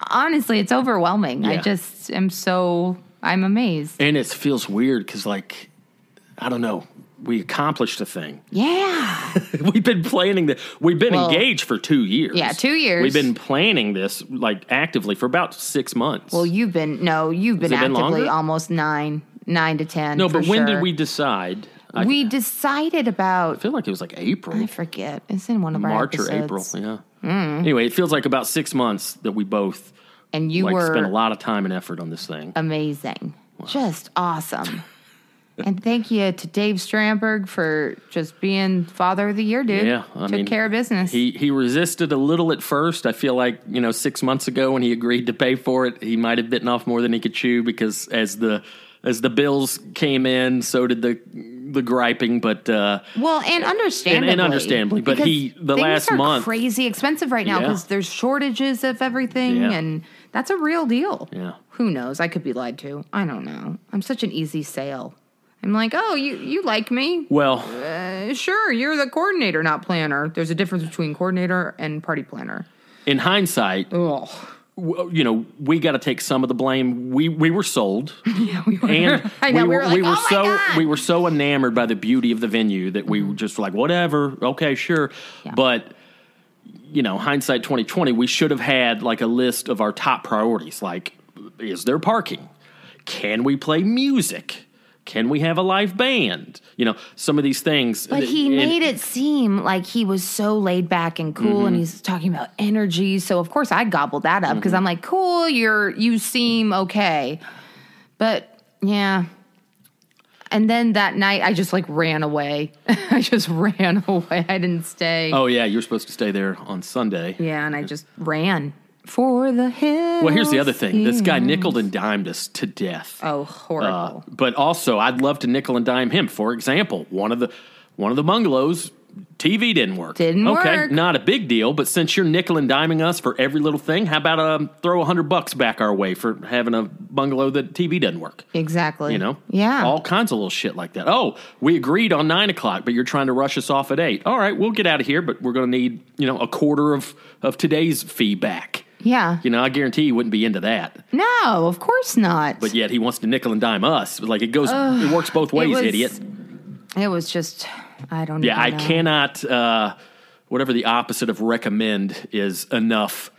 honestly, it's overwhelming. I Yeah. just am so, I'm amazed. And it feels weird because, like, I don't know, we accomplished a thing. yeah. We've been planning that. We've been Well, engaged for two years. yeah, two years. We've been planning this like actively for about six months. Well, you've been, no, you've been it been actively longer? almost nine, nine to 10. no, for but when sure. did we decide? I we decided about, feel like it was like April, I forget, it's in one of March our or April. episodes. Mm. Yeah. Anyway, it feels like about six months that we both And you like were spent a lot of time and effort on this thing. amazing. Just awesome. and thank you to Dave Stramberg for just being father of the year, dude. Yeah, I Took mean, care of business. He he resisted a little at first. I feel like you know six months ago when he agreed to pay for it, he might have bitten off more than he could chew because as the as the bills came in, so did the the griping. But uh, well, and understandably, understandably, but because he- the things last are month- crazy expensive right now Yeah. because there's shortages of everything, Yeah. and that's a real deal. Yeah. Who knows? I could be lied to. I don't know. I'm such an easy sale. I'm like, oh, you you like me? well, Uh, sure, you're the coordinator, not planner. There's a difference between coordinator and party planner. in hindsight, Ugh. w- you know we got to take some of the blame. We we were sold, and I know, we were like, "Oh my so God." Mm-hmm. we were so enamored by the beauty of the venue that we were just like whatever, okay, sure, Yeah. but. You know, hindsight twenty twenty, we should have had like a list of our top priorities. Like, is there parking? Can we play music? Can we have a live band? You know, some of these things. But he and- made it seem like he was so laid back and cool, Mm-hmm. and he's talking about energy. So of course I gobbled that up Mm-hmm. because I'm like, cool, you're you seem okay, but yeah. And then that night, I just like ran away. I just ran away. I didn't stay. Oh yeah, you're supposed to stay there on Sunday. Yeah, and I just ran for the hill. Well, here's the other thing. This guy nickled and dimed us to death. Oh, Uh, horrible. but also, I'd love to nickel and dime him. For example, one of the one of the bungalows TV didn't work. Didn't okay, work. not a big deal. But since you're nickel and diming us for every little thing, how about um, throw a hundred bucks back our way for having a bungalow that TV doesn't work? exactly. You know, Yeah. all kinds of little shit like that. Oh, we agreed on nine o'clock, but you're trying to rush us off at eight. All right, we'll get out of here, but we're going to need you know a quarter of of today's fee back. yeah. You know, I guarantee he wouldn't be into that. no, of course not. But yet he wants to nickel and dime us. Like it goes, it works both ways, was- idiot. it was just, I don't. Yeah, I even know. cannot. Uh, whatever the opposite of recommend is enough.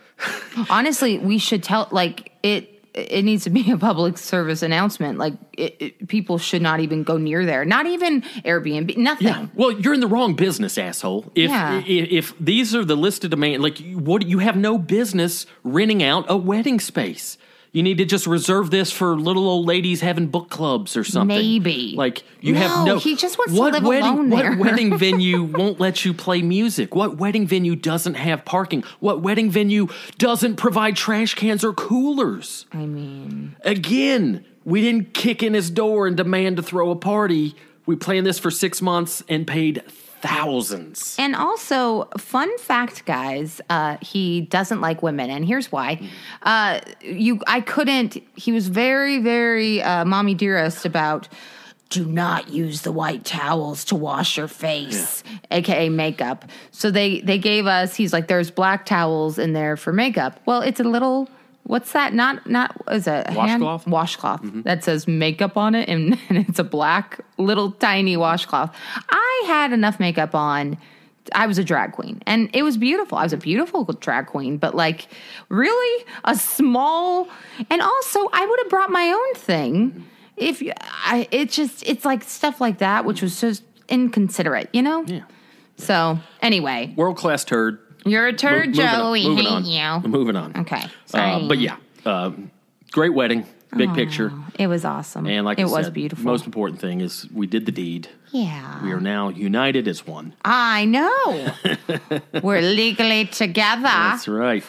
Honestly, we should tell like it. It needs to be a public service announcement. Like it, it, people should not even go near there. Not even Airbnb. Nothing. Well, you're in the wrong business, asshole. If Yeah. i- if, these are the listed demand, like you- what you have no business renting out a wedding space. You need to just reserve this for little old ladies having book clubs or something. Maybe. like you have No, no. he just wants to what live wedding, alone What there. wedding venue won't let you play music? What wedding venue doesn't have parking? What wedding venue doesn't provide trash cans or coolers? I mean, Again, we didn't kick in his door and demand to throw a party. We planned this for six months and paid thousands. and also fun fact, guys. Uh, he doesn't like women, and here's why. Uh, you, I couldn't. He was very, very uh, mommy dearest about. Do not use the white towels to wash your face, aka makeup. So they they gave us. He's like, there's black towels in there for makeup. Well, it's a little. What's that? Not not is a hand- Washcloth? washcloth Mm-hmm. that says makeup on it, and, and it's a black little tiny washcloth. I had enough makeup on. I was a drag queen, and it was beautiful. I was a beautiful drag queen, but like, really, a small. And also, I would have brought my own Mm-hmm. thing if you- I. It just it's like stuff like that, which was just inconsiderate, you know. Yeah. So anyway, World class turd. you're a turd, Mo- Joey. moving Hate on. you. Moving on. Okay, Uh, sorry. but yeah, uh, great wedding, big picture, It was awesome. and like it I was said, beautiful. Most important thing is we did the deed. yeah. We are now united as one. I know. We're legally together. That's right.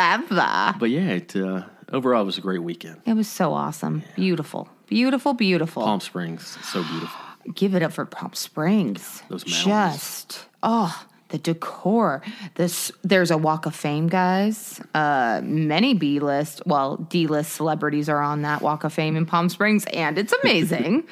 Forever. But yeah, it uh, overall it was a great weekend. It was so awesome. Beautiful. Beautiful, beautiful. Palm Springs, so beautiful. Give it up for Palm Springs. Those mountains. Just, oh, the decor. This There's a Walk of Fame, guys. Uh, many B list, well, D list celebrities are on that Walk of Fame in Palm Springs, and it's amazing.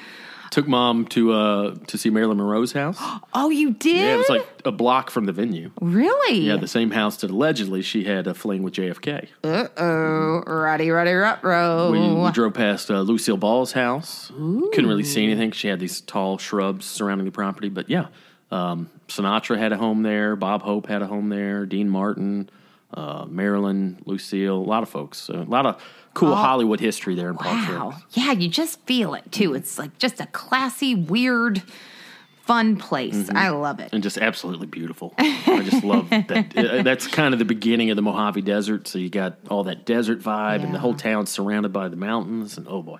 Took mom to uh, to see Marilyn Monroe's house. oh, you did? Yeah, it was like a block from the venue. really? Yeah, the same house that allegedly she had a fling with JFK. oh, righty, righty, rut, row. We, we drove past uh, Lucille Ball's house. Couldn't really see anything. She had these tall shrubs surrounding the property. But yeah, um, Sinatra had a home there. Bob Hope had a home there. Dean Martin, uh, Marilyn, Lucille, a lot of folks. So a lot of cool Hollywood history there in Palm Wow. Springs. Mm-hmm. Yeah, you just feel it too. It's like just a classy, weird fun place. I love it. Mm-hmm. and just absolutely beautiful. I just love that. Uh, That's kind of the beginning of the Mojave Desert. So you got all that desert vibe, and the Yeah. whole town's surrounded by the mountains. And oh boy,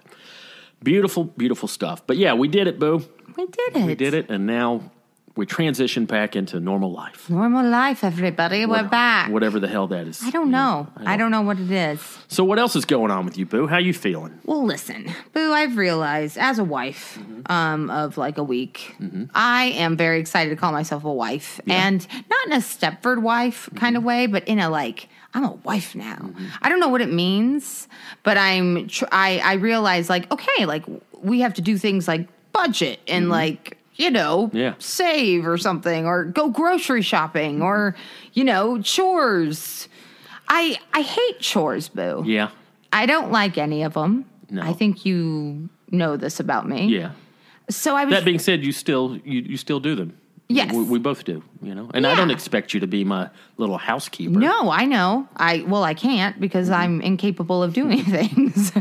beautiful, beautiful stuff. But yeah, we did it, boo. We did it. We did it, and now we transition back into normal life. Normal life, everybody. We're What- back. Whatever the hell that is. I don't know. I don't know what it is. So what else is going on with you, boo? How you feeling? Well, listen, Boo, I've realized as a wife um, of like a week, I am very excited to call myself a wife. And not in a Stepford wife kind of way, but in a like, I'm a wife now. I don't know what it means, but I'm, tr- I, I realize like, okay, like we have to do things like budget and like, you know, Yeah. save or something or go grocery shopping or, you know, chores. I, I hate chores, Boo. Yeah, I don't like any of them. No. I think you know this about me. yeah. So I was. That being said, you still you, you still do them. Yes. we, we both do. You know, and I Yeah. don't expect you to be my little housekeeper. no, I know. I well, I can't because Mm-hmm. I'm incapable of doing things.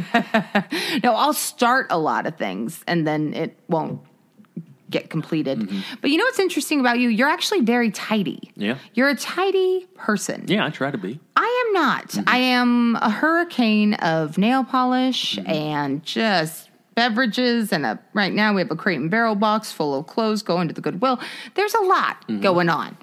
no, I'll start a lot of things and then it won't get completed. But you know what's interesting about you? You're actually very tidy. Mm-hmm. Yeah. You're a tidy person. Yeah, I try to be. I am not. I am a hurricane of nail polish and just beverages. And a, right now we have a crate and barrel box full of clothes going to the Goodwill. There's a lot going on.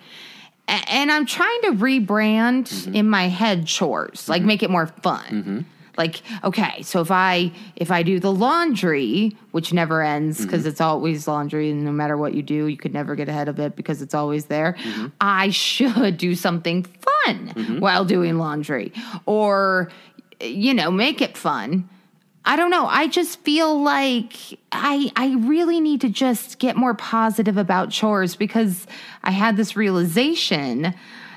A- and I'm trying to rebrand in my head chores, like make it more fun. Like okay, so if I if I do the laundry, which never ends because it's always laundry, and no matter what you do, you could never get ahead of it because it's always there. I should do something fun while doing laundry, or you know, make it fun. I don't know. I just feel like I I really need to just get more positive about chores because I had this realization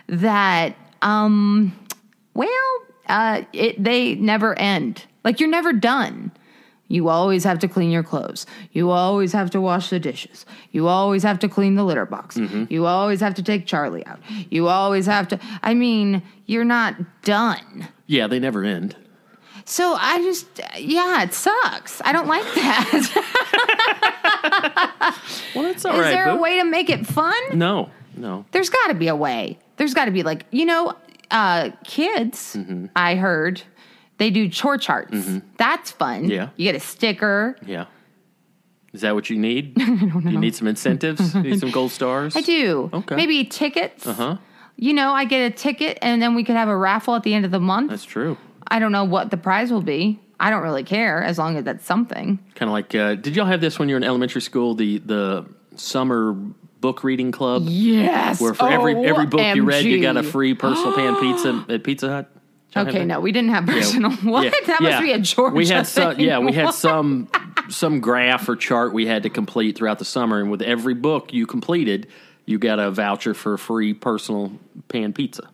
that um well uh it they never end. Like you're never done. You always have to clean your clothes. You always have to wash the dishes. You always have to clean the litter box. Mm-hmm. You always have to take Charlie out. You always have to I mean, you're not done. Yeah, they never end. So I just, yeah, it sucks. I don't like that. Is Well, that's all right. there a boo. way to make it fun? No, no. There's got to be a way. There's got to be like, you know, uh, kids, Mm-hmm. I heard they do chore charts. That's fun. Yeah. You get a sticker. Yeah. Is that what you need? Do you need some incentives? You need some gold stars? I do. Okay. Uh-huh. Maybe tickets. Huh? You know, I get a ticket and then we could have a raffle at the end of the month. That's true. I don't know what the prize will be. I don't really care as long as that's something. Kind of like, uh, did y'all have this when you were in elementary school? The the summer book reading club, Yes. Oh, where for every every book you read, you got a OMG. free personal pan pizza at Pizza Hut. Y'all have Okay, that? no, we didn't have personal. What? Yeah. That Yeah. must be a Georgia We had some, thing. yeah, we had some some graph or chart we had to complete throughout the summer, and with every book you completed, you got a voucher for a free personal pan pizza.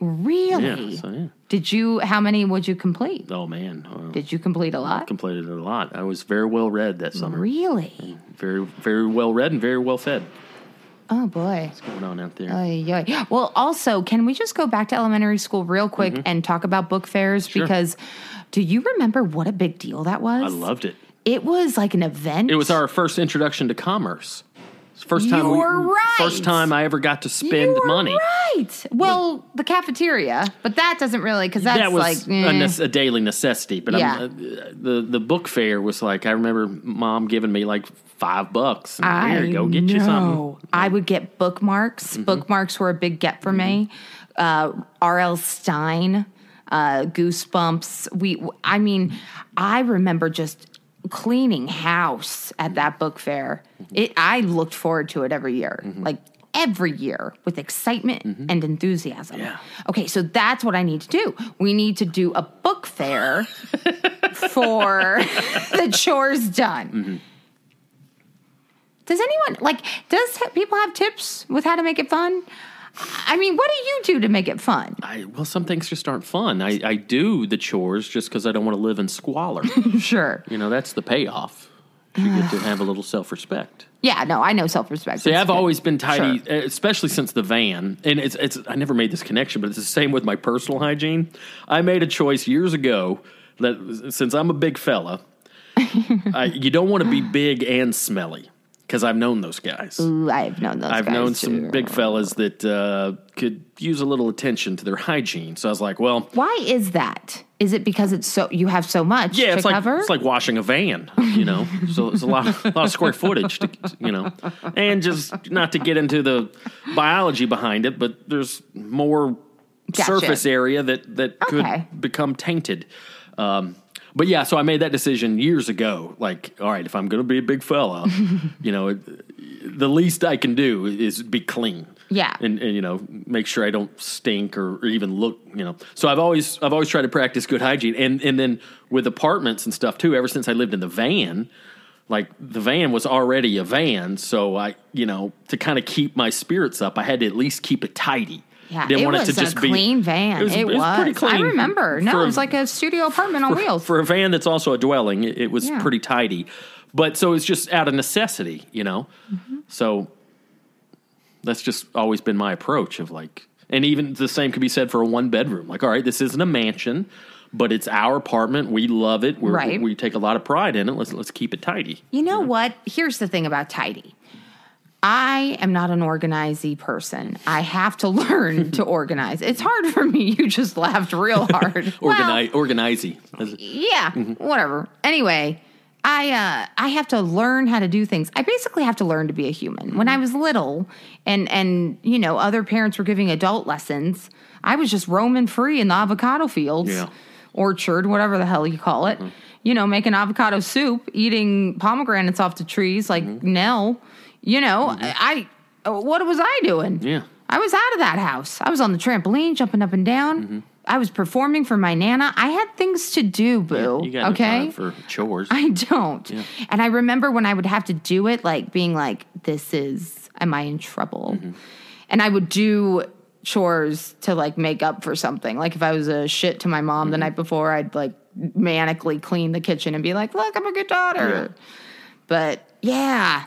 Really? Yeah, so yeah. Did you? How many would you complete? Oh man, well, Did you complete a lot? completed it a lot. I was very well read that summer. Really? Very very well read and very well fed. Oh boy. What's going on out there? Oy, oy. Well, also, can we just go back to elementary school real quick Mm-hmm. and talk about book fairs? Because do you remember what a big deal that was? I loved it. it. Was like an event. It was our first introduction to commerce. It's the First time we, You're right. first time I ever got to spend You're money. Right. Well, the cafeteria, but that doesn't really because that's that like was a, eh. nece- a daily necessity. But Yeah. I'm, uh, the the book fair was like I remember mom giving me like five bucks. And, I Here, go get you something. Mm-hmm. know. I would get bookmarks. Bookmarks were a big get for me. Uh, R.L. Stein, uh, Goosebumps. We, I mean, I remember just cleaning house at that book fair. Mm-hmm. It, I looked forward to it every year, like every year, with excitement and enthusiasm. Mm-hmm. Yeah. Okay, so that's what I need to do. We need to do a book fair for the chores done. Does anyone like? Does ha- people have tips with how to make it fun? I mean, what do you do to make it fun? I, well, some things just aren't fun. I, I do the chores just because I don't want to live in squalor. Sure. you know, that's the payoff. You get to have a little self respect. Yeah. No, I know self-respect. See, It's I've good. always been tidy, eh, Sure. especially since the van. And it's, it's I never made this connection, but it's the same with my personal hygiene. I made a choice years ago that since I'm a big fella, I, you don't want to be big and smelly. because I've known those guys. Ooh, I've known those. I've guys known some too. big fellas that uh, could use a little attention to their hygiene. So I was like, well, Why is that? Is it because it's so you have so much yeah, to it's like cover? it's like washing a van, you know. so it's a lot, of, lot of square footage, to, you know, and just not to get into the biology behind it, but there's more Gotcha. surface area that that Okay. could become tainted. Um, but yeah, so I made that decision years ago. Like, all right, if I'm going to be a big fella, you know, it- the least I can do is be clean. Yeah. and, and you know, make sure I don't stink or, or even look. You know, so I've always I've always tried to practice good hygiene, and and then with apartments and stuff too. Ever since I lived in the van, like the van was already a van, so I you know to kind of keep my spirits up, I had to at least keep it tidy. yeah, Didn't it want was it to just a be clean van. It was, pretty clean. I remember. No, for it a- was like a studio apartment on wheels. for a van that's also a dwelling, it, it was Yeah. pretty tidy. But so it's just out of necessity, you know. Mm-hmm. So that's just always been my approach of like, and even the same could be said for a one bedroom. Like, all right, this isn't a mansion, but it's our apartment. We love it. We're, Right. We take a lot of pride in it. Let's let's keep it tidy. You know what? Here's the thing about tidy. I am not an organizey person. I have to learn to organize. It's hard for me. You just laughed real hard. Well, Organize, organizey. yeah, whatever. Anyway, I uh, I have to learn how to do things. I basically have to learn to be a human. When I was little, and and you know, other parents were giving adult lessons. I was just roaming free in the avocado fields, Yeah. orchard, whatever the hell you call it. You know, making avocado soup, eating pomegranates off the trees like Nell. You know, I I- what was I doing? Yeah. I was out of that house. I was on the trampoline, jumping up and down. Mm-hmm. I was performing for my nana. I had things to do, boo. You got no okay. time for chores. I don't. And I remember when I would have to do it, like being like, this is, am I in trouble? Mm-hmm. And I would do chores to like make up for something. Like if I was a shit to my mom Mm-hmm. the night before, I'd like manically clean the kitchen and be like, look, I'm a good daughter. But yeah,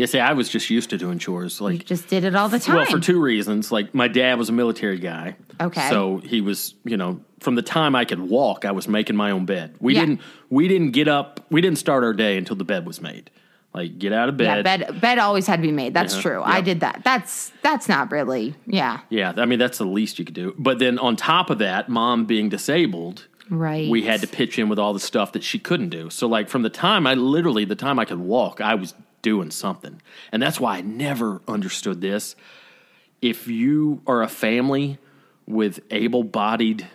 yeah, see, I was just used to doing chores. Like, just did it all the time. Well, for two reasons. Like my dad was a military guy. Okay. So he was, you know, from the time I could walk, I was making my own bed. We Yeah. didn't we didn't get up we didn't start our day until the bed was made. Like get out of bed. Yeah, bed bed always had to be made. That's Yeah, true. yeah. I did that. That's that's not really. Yeah. Yeah, I mean that's the least you could do. But then on top of that, mom being disabled, Right. we had to pitch in with all the stuff that she couldn't do. So like from the time I literally the time I could walk, I was doing something. And that's why I never understood this. If you are a family with able-bodied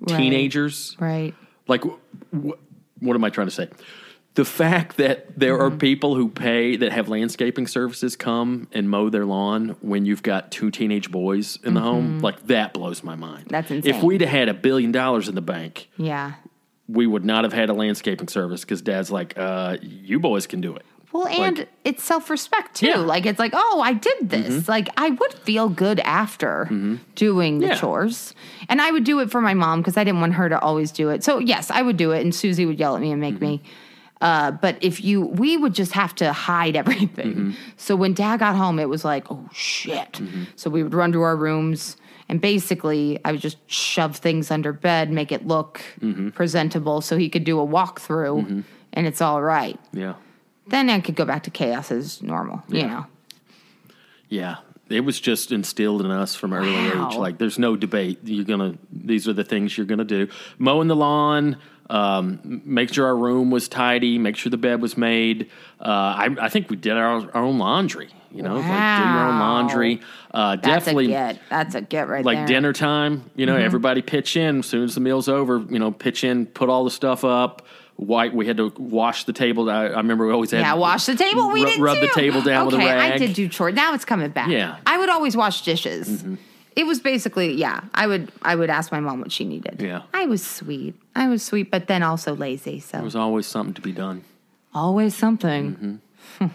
Right. teenagers, Right. like w- w- what am I trying to say? The fact that there Mm-hmm. are people who pay that have landscaping services come and mow their lawn when you've got two teenage boys in the home, like that blows my mind. Mm-hmm. That's If insane. we'd have had a billion dollars in the bank, Yeah. we would not have had a landscaping service because dad's like, uh, you boys can do it. Well, and it's self respect too. Yeah. Mm-hmm. Like it's like, oh, I did this. Like I would feel good after doing the Yeah. chores, and I would do it for my mom because I didn't want her to always do it. So yes, I would do it, and Susie would yell at me and make me. Mm-hmm. Uh, but if you, we would just have to hide everything. Mm-hmm. So when Dad got home, it was like, oh shit. So we would run to our rooms. And basically, I would just shove things under bed, make it look Mm-hmm. presentable so he could do a walkthrough and it's all right Yeah. then I could go back to chaos as normal, you know. Yeah. It was just instilled in us from an early Wow. age. Like, there's no debate. You're going to, these are the things you're going to do. Mowing the lawn, um, m- make sure our room was tidy, make sure the bed was made. Uh, I, I think we did our, our own laundry, you know, like do your own Wow. laundry. Uh, That's definitely. a get. That's a get right like there. dinner time, you know, Mm-hmm. everybody pitch in as soon as the meal's over, you know, pitch in, put all the stuff up. White, we had to wash the table. I, I remember we always had Yeah, wash the table. We rub, did rub the too. table down okay, with a rag. I did do chores. Now it's coming back. Yeah. Mm-hmm. I would always wash dishes. It was basically yeah. I would I would ask my mom what she needed. Yeah. I was sweet. I was sweet, but then also lazy. So There's always something to be done. always something.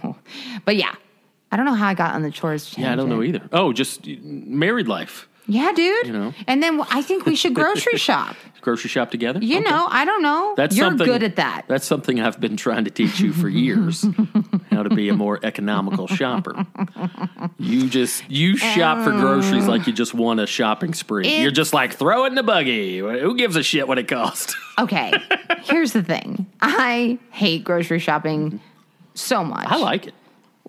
but yeah, I don't know how I got on the chores. Mm-hmm. Yeah, I don't know tangent. either. Oh, just married life, Yeah, dude. know. And then I think we should grocery shop. grocery shop together. You Okay. know, I don't know. that's You're something, good at that. That's something I've been trying to teach you for years, how to be a more economical shopper. You just you shop for groceries like you just want a shopping spree. You're It's- just like throw it in the buggy. Who gives a shit what it costs? Okay, here's the thing. I hate grocery shopping so much. I like it.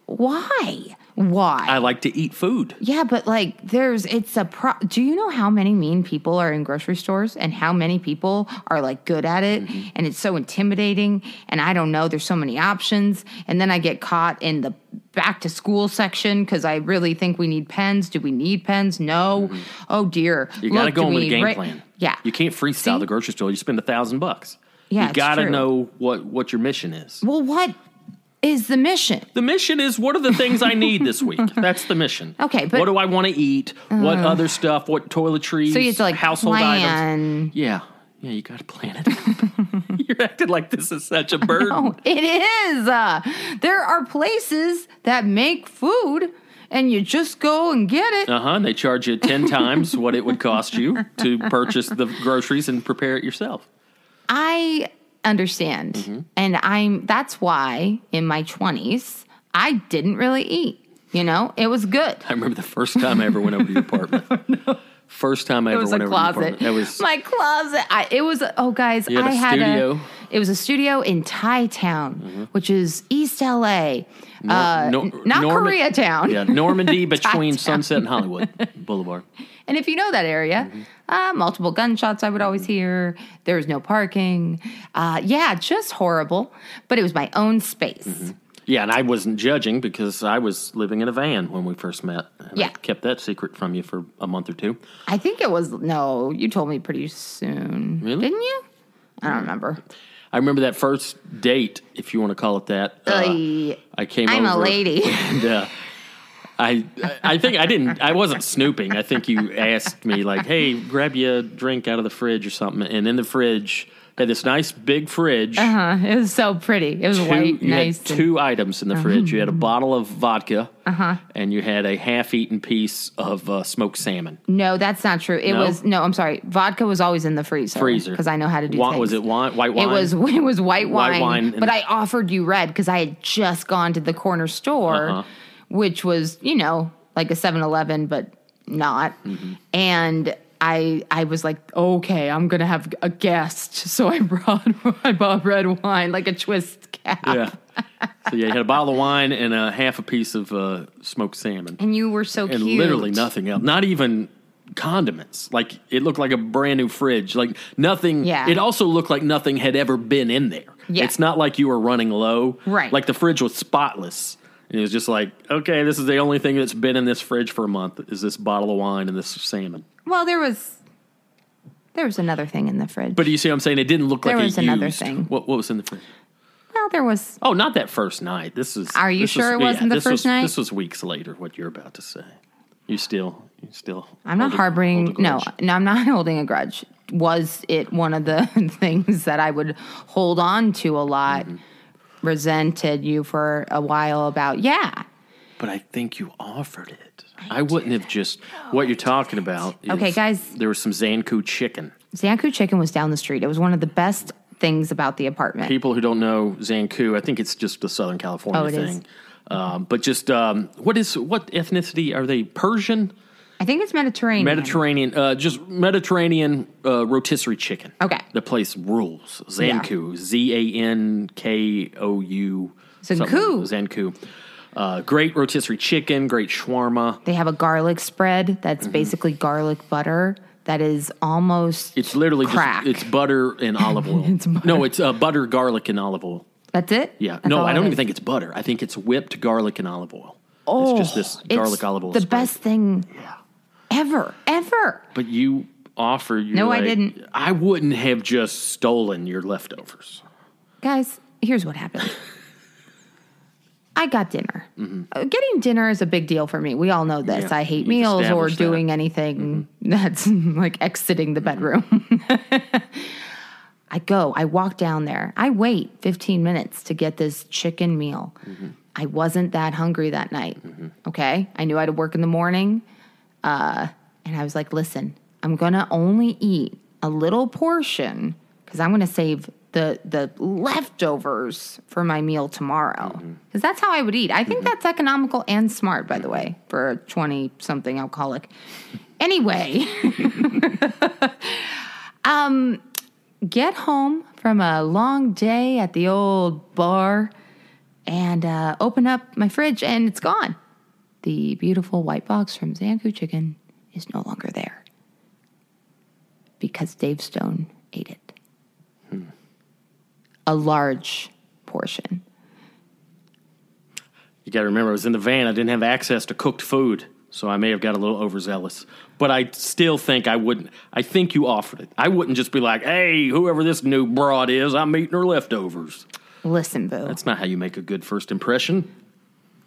Why? Why? I like to eat food. Yeah, but like there's it's a pro do you know how many mean people are in grocery stores and how many people are like good at it Mm-hmm. and it's so intimidating and I don't know there's so many options and then I get caught in the back to school section cuz I really think we need pens. Do we need pens? No. Oh dear. Mm-hmm. You got to Look, go do in with we a game ra- plan. Yeah. You can't freestyle See? the grocery store. You spend a thousand bucks. Yeah, You it's got to true. know what, what your mission is. Well, what is the mission? The mission is what are the things I need this week? That's the mission. Okay, but- Mm. what do I want to eat? what other stuff? What toiletries? So you have to like household items. plan. Yeah, yeah, you got to plan it. out. You're acting like this is such a burden. It is. Uh, there are places that make food and you just go and get it. Uh huh. And they charge you ten times what it would cost you to purchase the groceries and prepare it yourself. I understand. Mm-hmm. And I'm that's why in my 20s I didn't really eat. You know, it was good. I remember the first time I ever went over to your apartment. First time Oh, I It ever was a went over to your closet. apartment. That was my closet. I, it was oh guys, You had I a had studio? Mm-hmm. a it was a studio in Thai Town, which is East LA. uh, Nor- n- not Norma- Koreatown. Yeah, Normandy between Town. Sunset and Hollywood Boulevard. And if you know that area, Mm-hmm. uh, multiple gunshots I would always hear. There was no parking. Uh, yeah, just horrible. But it was my own space. Mm-hmm. Yeah, and I wasn't judging because I was living in a van when we first met. And I Yeah. kept that secret from you for a month or two. I think it was, no, you told me pretty soon. Really? Didn't you? I don't remember. I remember that first date, if you want to call it that. uh, Oy. I came I'm a over lady. And, uh, I I think I didn't I wasn't snooping. I think you asked me like, "Hey, grab you a drink out of the fridge or something." And in the fridge, had this nice big fridge. Uh, it was so pretty. It was two, white, you nice. and- had Uh-huh. two items in the fridge. You had a bottle of vodka, and you had a half-eaten piece of uh, smoked salmon. no, that's not true. It No? was, no, I'm sorry. Vodka was always in the freezer. Freezer, Because I know how to do Wa- things. Was it wine? White wine. It was it was white wine, White wine and- but I offered you red because I had just gone to the corner store, Uh-huh. which was you know like a 7-Eleven, but not. Mm-hmm. And I I was like, okay, I'm gonna have a guest, so I brought I bought red wine like a twist cap, Yeah. so yeah, you had a bottle of wine and a half a piece of uh, smoked salmon, and you were so and cute, literally nothing else. Not even condiments. Like it looked like a brand new fridge. Like nothing. Yeah. It also looked like nothing had ever been in there. Yeah. It's not like you were running low. Right. Like the fridge was spotless. And it was just like, okay, this is the only thing that's been in this fridge for a month is this bottle of wine and this salmon. Well, there was there was another thing in the fridge, But you see what I'm saying? It didn't look There like was a another used- thing. What, what was in the fridge? well, there was Oh, not that first night. This is. Are you this sure it wasn't the this first was- night? This was weeks later. What you're about to say. You still. You still. I'm not hold a- harboring. hold a No, grudge. no, I'm not holding a grudge. Was it one of the things that I would hold on to a lot? Mm-hmm. Resented you for a while about, yeah. But I think you offered it. I, wouldn't have just. What you're talking about. Is Okay, guys. There was some Zanku chicken. Zanku chicken was down the street. It was one of the best things about the apartment. People who don't know Zanku, I think it's just the Southern California Oh, it is. thing. Um, but just um, what is what ethnicity are they? Persian, I think it's Mediterranean. Mediterranean, uh, just Mediterranean uh, rotisserie chicken. Okay. the place rules. Zanku, Z A N K O U. something. Zanku. Zanku. Uh, great rotisserie chicken, great shawarma. They have a garlic spread that's Mm-hmm. basically garlic butter that is almost. It's literally Crack. just it's butter and olive oil. It's butter. No, it's uh, butter, garlic, and olive oil. that's it. Yeah. That's no, all I it don't is. even think it's butter. I think it's whipped garlic and olive oil. Oh, it's just this it's garlic olive oil. The spread. best thing ever, ever. But you offer you. No, I didn't. I wouldn't have just stolen your leftovers. guys, here's what happened. I got dinner. Uh, getting dinner is a big deal for me. We all know this. Yeah, I hate you've meals or established that. Mm-hmm. doing anything that's like exiting the bedroom. I go, I walk down there. I wait 15 minutes to get this chicken meal. Mm-hmm. I wasn't that hungry that night. Okay. I knew I had to work in the morning. And I was like, listen, I'm gonna only eat a little portion because I'm gonna save the the leftovers for my meal tomorrow. Because that's how I would eat. I think that's economical and smart, by the way, for a 20 something alcoholic. Anyway, um, get home from a long day at the old bar and uh, open up my fridge, and it's gone. The beautiful white box from Zanku Chicken is no longer there because Dave Stone ate it. Hmm. A large portion. You got to remember, I was in the van. I didn't have access to cooked food, so I may have got a little overzealous. But I still think I wouldn't. I think you offered it. I wouldn't just be like, "Hey, whoever this new broad is, I'm eating her leftovers." Listen, Boo. That's not how you make a good first impression.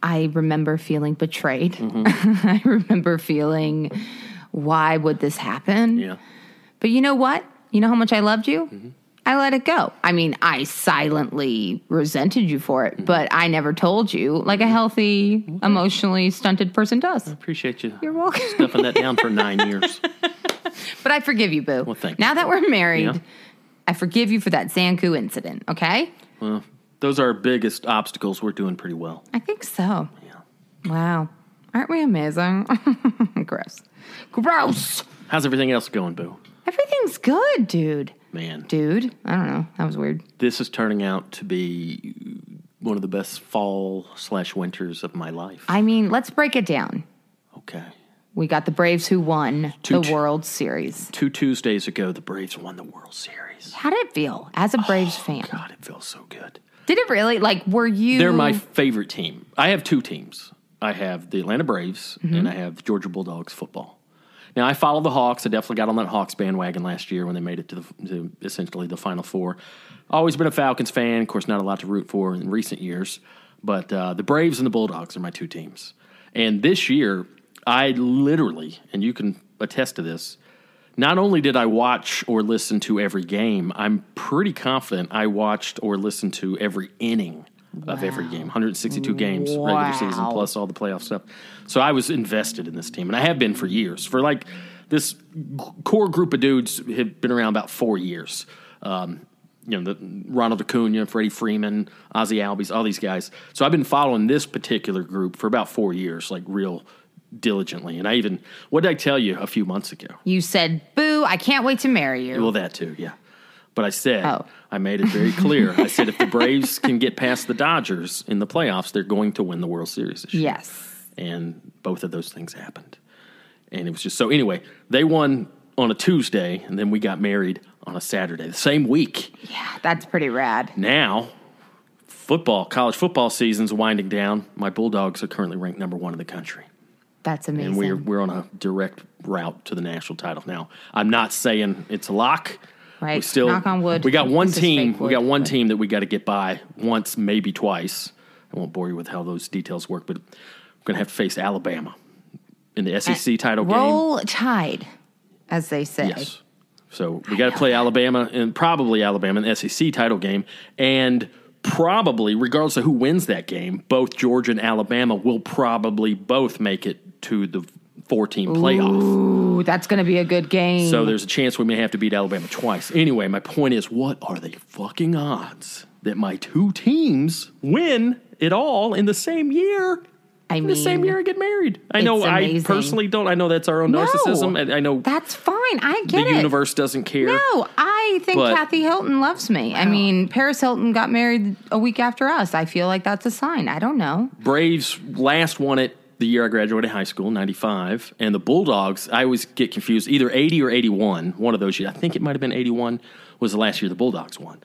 I remember feeling betrayed. Mm-hmm. I remember feeling, why would this happen? Yeah. Mm-hmm. But you know what? You know how much I loved you? I let it go. I mean, I silently resented you for it, Mm-hmm. but I never told you like a healthy, emotionally stunted person Mm. does. Appreciate you You're welcome. stuffing that down for nine years. But I forgive you, Boo. Well, thank now you. that we're married, Yeah. I forgive you for that Zanku incident, okay? Well, those are our biggest obstacles. We're doing pretty well. I think so. Wow. Aren't we amazing? Gross. Gross. How's everything else going, Boo? Everything's good, dude. Man, Dude, I don't know. That was weird. this is turning out to be one of the best fall slash winters of my life. I mean, let's break it down. Okay. We got the Braves who won Toot. the World Series. Two Tuesdays ago, the Braves won the World Series. How did it feel as a Braves fan? Oh, God, it feels so good. Did it really? Like, were you? They're my favorite team. I have two teams. I have the Atlanta Braves and I have the Georgia Bulldogs football. Now I follow the Hawks. I definitely got on that Hawks bandwagon last year when they made it to, the, to essentially the Final Four. Always been a Falcons fan. Of course, not a lot to root for in recent years, but uh, the Braves and the Bulldogs are my two teams. And this year, I literally, and you can attest to this, not only did I watch or listen to every game, I'm pretty confident I watched or listened to every inning of every game 162 games regular season Wow. plus all the playoff stuff. So I was invested in this team, and I have been for years. For like this g- core group of dudes have been around about four years. Um, you know, the Ronald Acuna, Freddie Freeman, Ozzy Albies, all these guys. So I've been following this particular group for about four years, like real diligently. And I even, what did I tell you a few months ago? You said, "Boo! I can't wait to marry you." Well, that too, yeah. But I said, Oh. I made it very clear. I said, if the Braves can get past the Dodgers in the playoffs, they're going to win the World Series this year. yes. And both of those things happened. And it was just so, anyway, they won on a Tuesday, and then we got married on a Saturday, the same week. Yeah, that's pretty rad. Now, football, college football season's winding down. My Bulldogs are currently ranked number one in the country That's amazing. and we're we're on a direct route to the national title now. I'm not saying it's a lock. Right. We still Knock on wood. We got one This is team. fake We got wood, one but- team that we got to get by once, maybe twice. I won't bore you with how those details work, but we're going to have to face Alabama in the SEC title game. Roll Tide, as they say. Yes. So we got to play Alabama and probably Alabama in the SEC title game. And probably, regardless of who wins that game, both Georgia and Alabama will probably both make it to the four team playoff. Ooh, that's going to be a good game. So there's a chance we may have to beat Alabama twice. Anyway, my point is, what are the fucking odds that my two teams win it all in the same year? I in mean, the same year I get married. I know it's I amazing. personally don't. I know that's our own No. narcissism. and I know that's fine. I the get it. universe doesn't care. No, I think But- Kathy Hilton loves me. I mean, Paris Hilton got married a week after us. I feel like that's a sign. I don't know. Braves last won it the year I graduated high school, 95. And the Bulldogs, I always get confused, either 80 or 81, one of those years. I think it might have been 81 was the last year the Bulldogs won.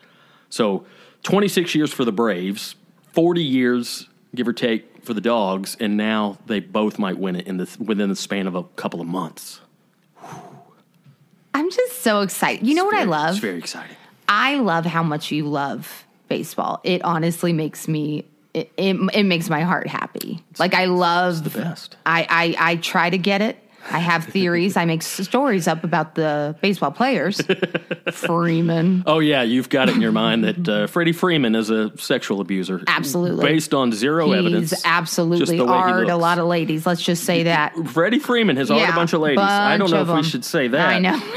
So 26 years for the Braves, 40 years, give or take, for the Dogs. And now they both might win it in the, within the span of a couple of months. I'm just so excited. You know what I Very- love? It's very exciting. I love how much you love baseball. It honestly makes me it it, it makes my heart happy. Like I love The best. I, I I try to get it. I have theories. I make s- stories up about the baseball players. Freeman. Oh, yeah, you've got it in your mind that uh, Freddie Freeman is a sexual abuser. Absolutely. Based on zero evidence. He's Oh, just absolutely the way he hard a looks. lot of ladies. Let's just say that. Freddie Freeman has already a Yeah, bunch of ladies. I don't bunch know if of we them. should say that I know.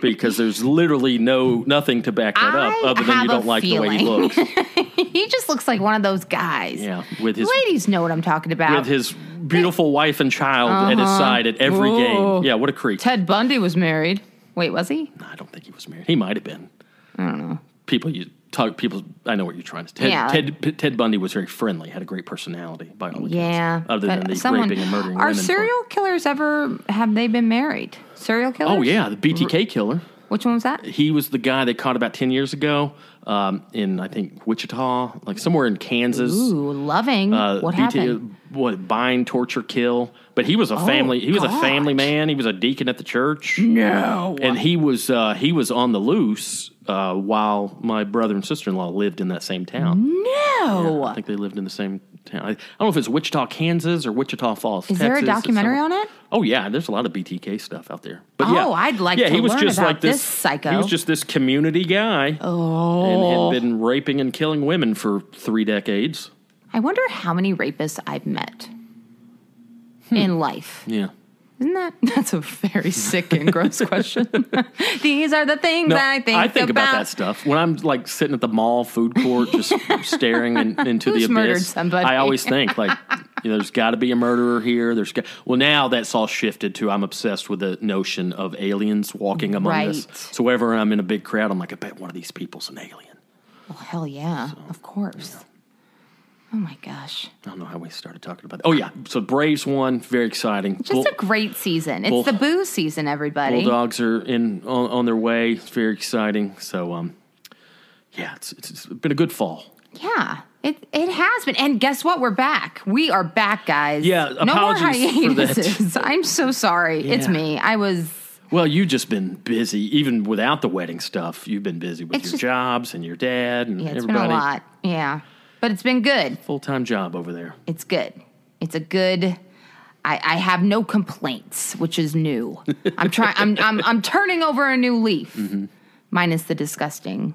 because there's literally no nothing to back that I up other than have you a don't like the way he feeling. looks. he just looks like one of those guys. Yeah, with his Ladies know what I'm talking about. with his beautiful wife and child at his side at every Uh-huh. Whoa. game. Yeah, what a creep. Ted Bundy was married. Wait, was he? I don't think he was married. He might have been. I don't know. People you talk people. I know what you're trying to. Ted, Yeah. Ted P- Ted Bundy was very friendly, had a great personality by all accounts. Yeah. Other than but the someone- raping and murdering Are women. part. serial killers ever have they been married? Serial killers? Oh yeah, the BTK killer. Which one was that? He was the guy they caught about ten years ago um, in I think Wichita, like somewhere in Kansas. Ooh, loving. Uh, what BT happened? Oh, What bind, torture, kill? But he was a family. He was a family God. man. He was a deacon at the church. No, and he was uh, he was on the loose uh, while my brother and sister in law lived in that same town. No. I think they lived in the same town. I, I don't know if it's Wichita, Kansas, or Wichita Falls. Is there a Texas. It's documentary somewhere- on it? Oh yeah, there's a lot of BTK stuff out there. But Oh, yeah, I'd like yeah, to he was learn just about like this, this psycho. He was just this community guy, Oh. and had been raping and killing women for three decades. I wonder how many rapists I've met Hmm. in life. Yeah. Isn't that? That's a very sick and gross question. These are the things No, I think, I think about. that stuff when I'm like sitting at the mall food court, just staring in, into Who's the murdered abyss. somebody? I always think like, you know, there's got to be a murderer here. There's got, well now that's all shifted to I'm obsessed with the notion of aliens walking among us. Right. So whenever I'm in a big crowd, I'm like, I bet one of these people's an alien. Well, hell yeah, of course. Oh my gosh, I don't know how we started talking about that. Oh yeah, so Braves won, very exciting. just Bull- a great season. It's Bull- the boo season, everybody. Bulldogs are in on, on their way. It's very exciting. So um, yeah, it's, it's, it's been a good fall. Yeah, it it has been. And guess what? We're back. We are back, guys. Yeah, no more apologies for that. hiatuses. I'm so sorry. It's Yeah. me. I was. Well, you've just been busy, even without the wedding stuff. You've been busy with It's your just- jobs and your dad and Yeah, it's everybody. been a lot. Yeah, but it's been good. Full time job over there. It's good. It's a good. I, I have no complaints, which is new. I'm trying. I'm I'm I'm turning over a new leaf, Mm-hmm. minus the disgusting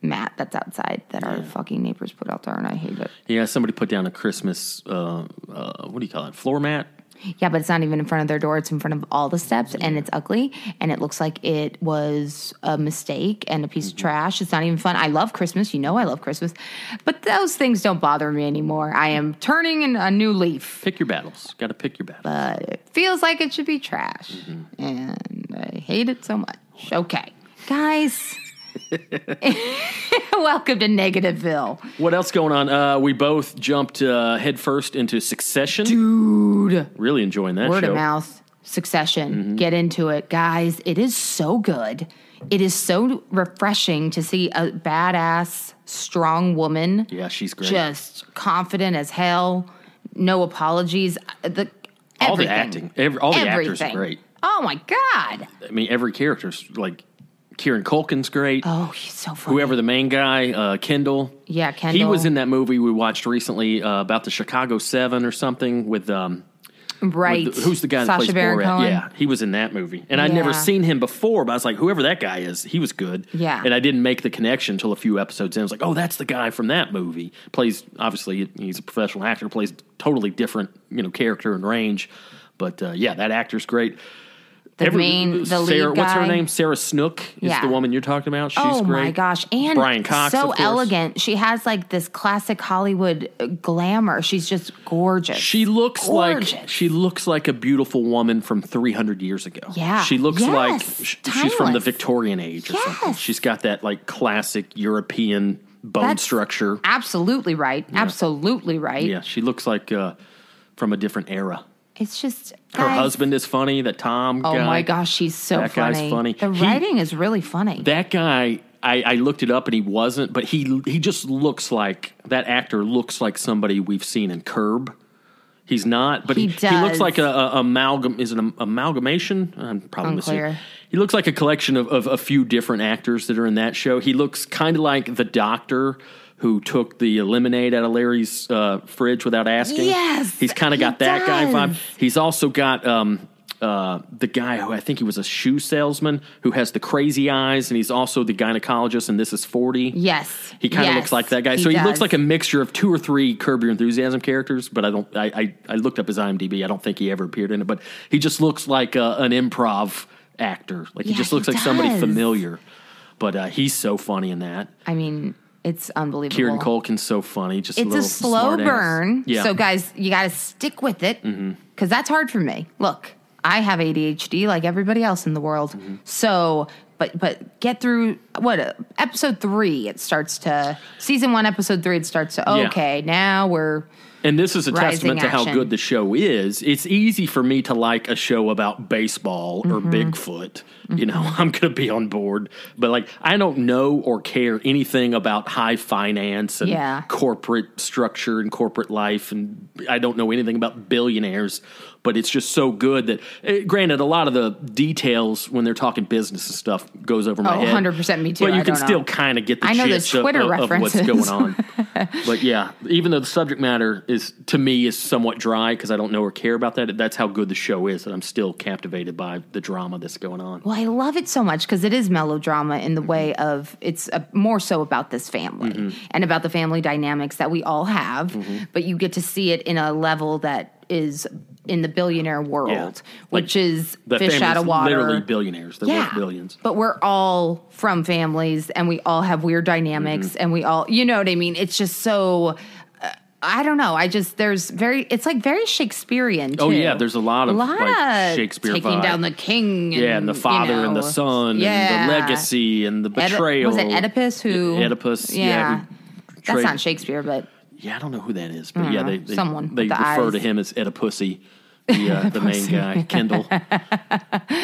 mat that's outside that our fucking neighbors put out there, and I hate it. Yeah, somebody put down a Christmas. Uh, uh, what do you call it? Floor mat. Yeah, but it's not even in front of their door. It's in front of all the steps, and it's ugly, and it looks like it was a mistake and a piece of trash. It's not even fun. I love Christmas. You know, I love Christmas, but those things don't bother me anymore. I am turning in a new leaf. Pick your battles. Got to pick your battles. Feels like it should be trash, and I hate it so much. Okay, guys. Welcome to Negativeville. what else going on? Uh, we both jumped uh, headfirst into Succession. Dude. Really enjoying that word show. of mouth succession Mm-hmm. get into it guys it is so good it is so refreshing to see a badass strong woman Yeah, she's great. just confident as hell no apologies the All the everything. acting, every- all the actors are Everything. great. oh my god I mean, every character's like Kieran Culkin's great. oh he's so funny whoever the main guy, uh, Kendall. Yeah, He Kendall. was in that movie we watched recently uh, about the Chicago Seven or something with um. right with the- who's the guy that Sasha plays Baron Borat? Cohen Yeah, he was in that movie, and I'd never Yeah. seen him before. But I was like, whoever that guy is, he was good. Yeah. and I didn't make the connection until a few episodes in. I was like, oh, that's the guy from that movie. Plays obviously he's a professional actor. Plays totally different you know character and range. But uh, yeah, that actor's great. the main the Sarah, lead guy. What's her name? Sarah Snook is Yeah. the woman you're talking about. She's oh great. my gosh! And Brian Cox, of so course. elegant. She has like this classic Hollywood uh, glamour. She's just gorgeous. She looks like Gorgeous. she looks like a beautiful woman from 300 years ago. Yeah. she looks Yes. like sh- she's from the Timeless. Victorian age or something. Yes. She's got that like classic European bone That's- structure. absolutely right. Absolutely right. Yeah, she looks like uh, from a different era. It's just Her guys, husband is funny. That Tom. Oh guy. my gosh, she's so That funny. guy's funny. The He- writing is really funny. That guy, I, I looked it up and he wasn't, but he he just looks like that actor looks like somebody we've seen in Curb. He's not, but he, He he looks does. like a, a amalgam is it an amalgamation. I'm probably missing. Unclear. He looks like a collection of, of a few different actors that are in that show. He looks kind of like the doctor who took the lemonade out of Larry's uh, fridge without asking. Yes, he's kind of he got that guy does. vibe. He's also got um, uh, the guy who I think he was a shoe salesman who has the crazy eyes, and he's also the gynecologist. And this is forty. yes. He kind of Yes. looks like that guy, so he does. looks like a mixture of two or three Curb Your Enthusiasm characters. But I don't. I, I, I looked up his IMDb. I don't think he ever appeared in it, but he just looks like uh, an improv actor. Like he Yeah, just looks he like somebody does. familiar. But uh, he's so funny in that. I mean, it's unbelievable. Kieran Culkin's so funny. Just a It's little a slow smart ass. burn. Yeah. Mm-hmm. So guys, you got to stick with it because Mm-hmm. that's hard for me. Look, I have ADHD like everybody else in the world. So, But but get through what uh, episode three. It starts to season one, episode three. It starts to Yeah. okay. Now we're And this is a Rising testament to how action. good the show is. It's easy for me to like a show about baseball Mm-hmm. or Bigfoot. You know, I'm going to be on board. But like, I don't know or care anything about high finance and Yeah. corporate structure and corporate life. And I don't know anything about billionaires. But it's just so good that, eh, granted, a lot of the details when they're talking business and stuff goes over my Oh, head. 100% me too. But you I can don't know. still kind of get the I know those gist of- Twitter of, of what's references. going on but yeah, even though the subject matter is to me is somewhat dry because I don't know or care about that, that's how good the show is that I'm still captivated by the drama that's going on. Well, I love it so much because it is melodrama in the way Mm-hmm. of it's a, more so about this family and about the family dynamics that we all have, Mm-hmm. but you get to see it in a level that is in the billionaire world, Like, which is The fish out family's of water. literally billionaires. They're worth billions. But we're all from families and we all have weird dynamics Mm-hmm. and we all, you know what I mean? It's just so. uh, I don't know. I just there's very it's like very Shakespearean. Oh, too. yeah, there's a lot of, like, of Shakespeare taking vibe. down the king. And, Yeah, and the you father and the know, son yeah. and the legacy and the Oedi- betrayal. was it Oedipus who? Oedipus, yeah, who That's betrayed- not Shakespeare, but Yeah, I don't know who that is, but yeah, they, they Mm-hmm. Someone with they the refer to eyes. him as Oedipussy, the uh, the main guy, Kendall.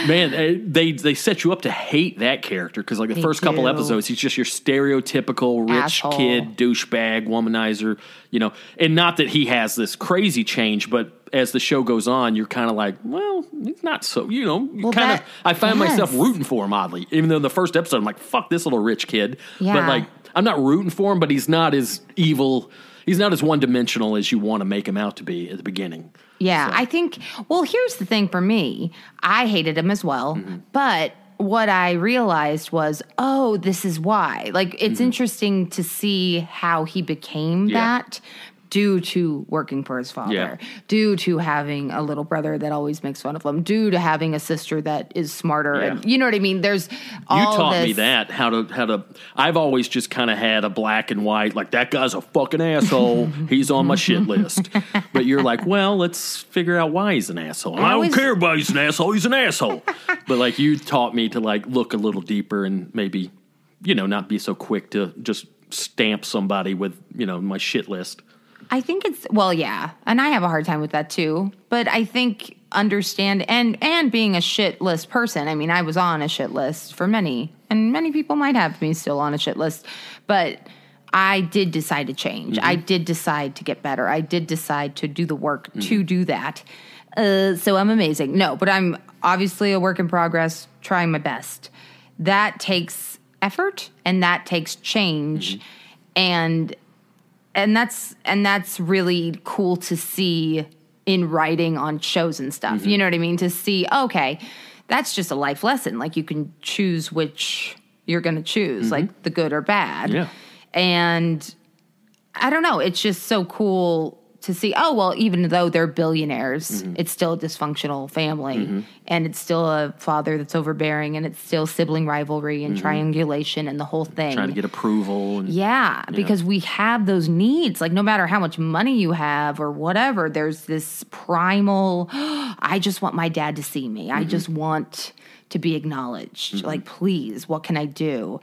Man, eh, they they set you up to hate that character because like the They first couple do. episodes, he's just your stereotypical rich Asshole. kid, douchebag, womanizer, you know. And not that he has this crazy change, but as the show goes on, you're kind of like, well, he's not so, you know, Well, kind of. that- I find myself yes. rooting for him oddly, even though in the first episode I'm like, fuck this little rich kid, but Yeah. like. I'm not rooting for him, but he's not as evil. He's not as one dimensional as you want to make him out to be at the beginning. yeah, So- I think. Well, here's the thing for me. I hated him as well, Mm-hmm. but what I realized was, oh, this is why. Like, it's interesting to see how he became Mm-hmm. Yeah. that. Due to working for his father, Yeah. due to having a little brother that always makes fun of him, due to having a sister that is smarter, and Yeah. you know what I mean. There's all You taught me this- that how to how to. I've always just kind of had a black and white like that guy's a fucking asshole. he's on my shit list. But you're like, well, let's figure out why he's an asshole. And I, I don't was- care why he's an asshole. He's an asshole. but like you taught me to like look a little deeper and maybe you know not be so quick to just stamp somebody with you know my shit list. I think it's well, yeah, and I have a hard time with that too. But I think understand and and being a shit list person. I mean, I was on a shit list for many, and many people might have me still on a shit list, but. I did decide to change. I did decide to get better. I did decide to do the work to do that. Uh, so I'm amazing. No, but I'm obviously a work in progress, trying my best. That takes effort and that takes change. And and that's and that's really cool to see in writing on shows and stuff. Mm-hmm. You know what I mean? To see, okay, that's just a life lesson. Like you can choose which you're going to choose, like the good or bad. Mm-hmm. Yeah. And I don't know, it's just so cool to see, oh well, even though they're billionaires, Mm-hmm. it's still a dysfunctional family and it's still a father that's overbearing and it's still sibling rivalry and triangulation and the whole thing. Mm-hmm. Trying to get approval and Yeah, because we have those needs. Like, no matter how much money you have or whatever, there's this primal, I just want my dad to see me. I just want to be acknowledged. Like, please, what can I do?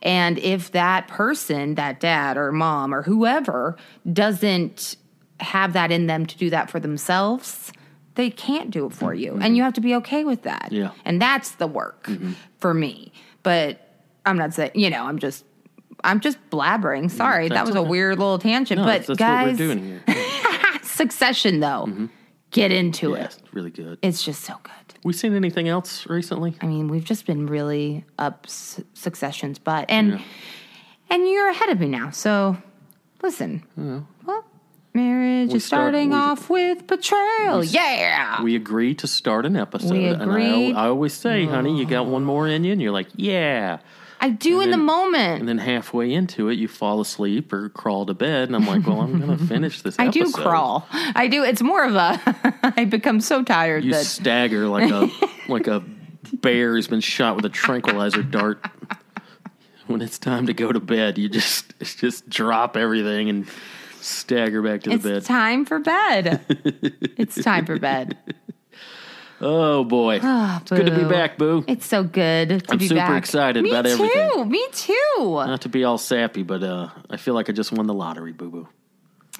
And if that person, that dad or mom or whoever, doesn't have that in them to do that for themselves, they can't do it for you. And you have to be okay with that. Yeah. And that's the work Mm-hmm. for me. But I'm not saying, you know, I'm just I'm just blabbering. Sorry, that Mm-hmm. that's was a okay. weird little tangent. No, but that's, that's guys, what we're doing Mm-hmm. here. Yeah, Succession though, get into it. it's really good. It's just so good. we seen anything else recently? I mean, we've just been really up s- Succession's butt, and and you're ahead of me now. So listen, well, marriage We is start- starting we- off with betrayal. yeah, We agree to start an episode, We and I, agreed. al- I always say, "Honey, you got one more in you," and you're like, "Yeah." I do in the then- moment. And then halfway into it, you fall asleep or crawl to bed, and I'm like, "Well, I'm gonna finish this." I do episode." crawl. I do. It's more of a. I become so tired You that stagger like a like a bear who's been shot with a tranquilizer dart. When it's time to go to bed, you just just drop everything and stagger back to the It's bed. time for bed. it's time for bed. Oh boy, Ah, it's good to be boo. back, Boo. It's so good to I'm be super back. excited Me about too. everything. Uh, Me too. Not to be all sappy, but uh, I feel like I just won the lottery, Boo Boo.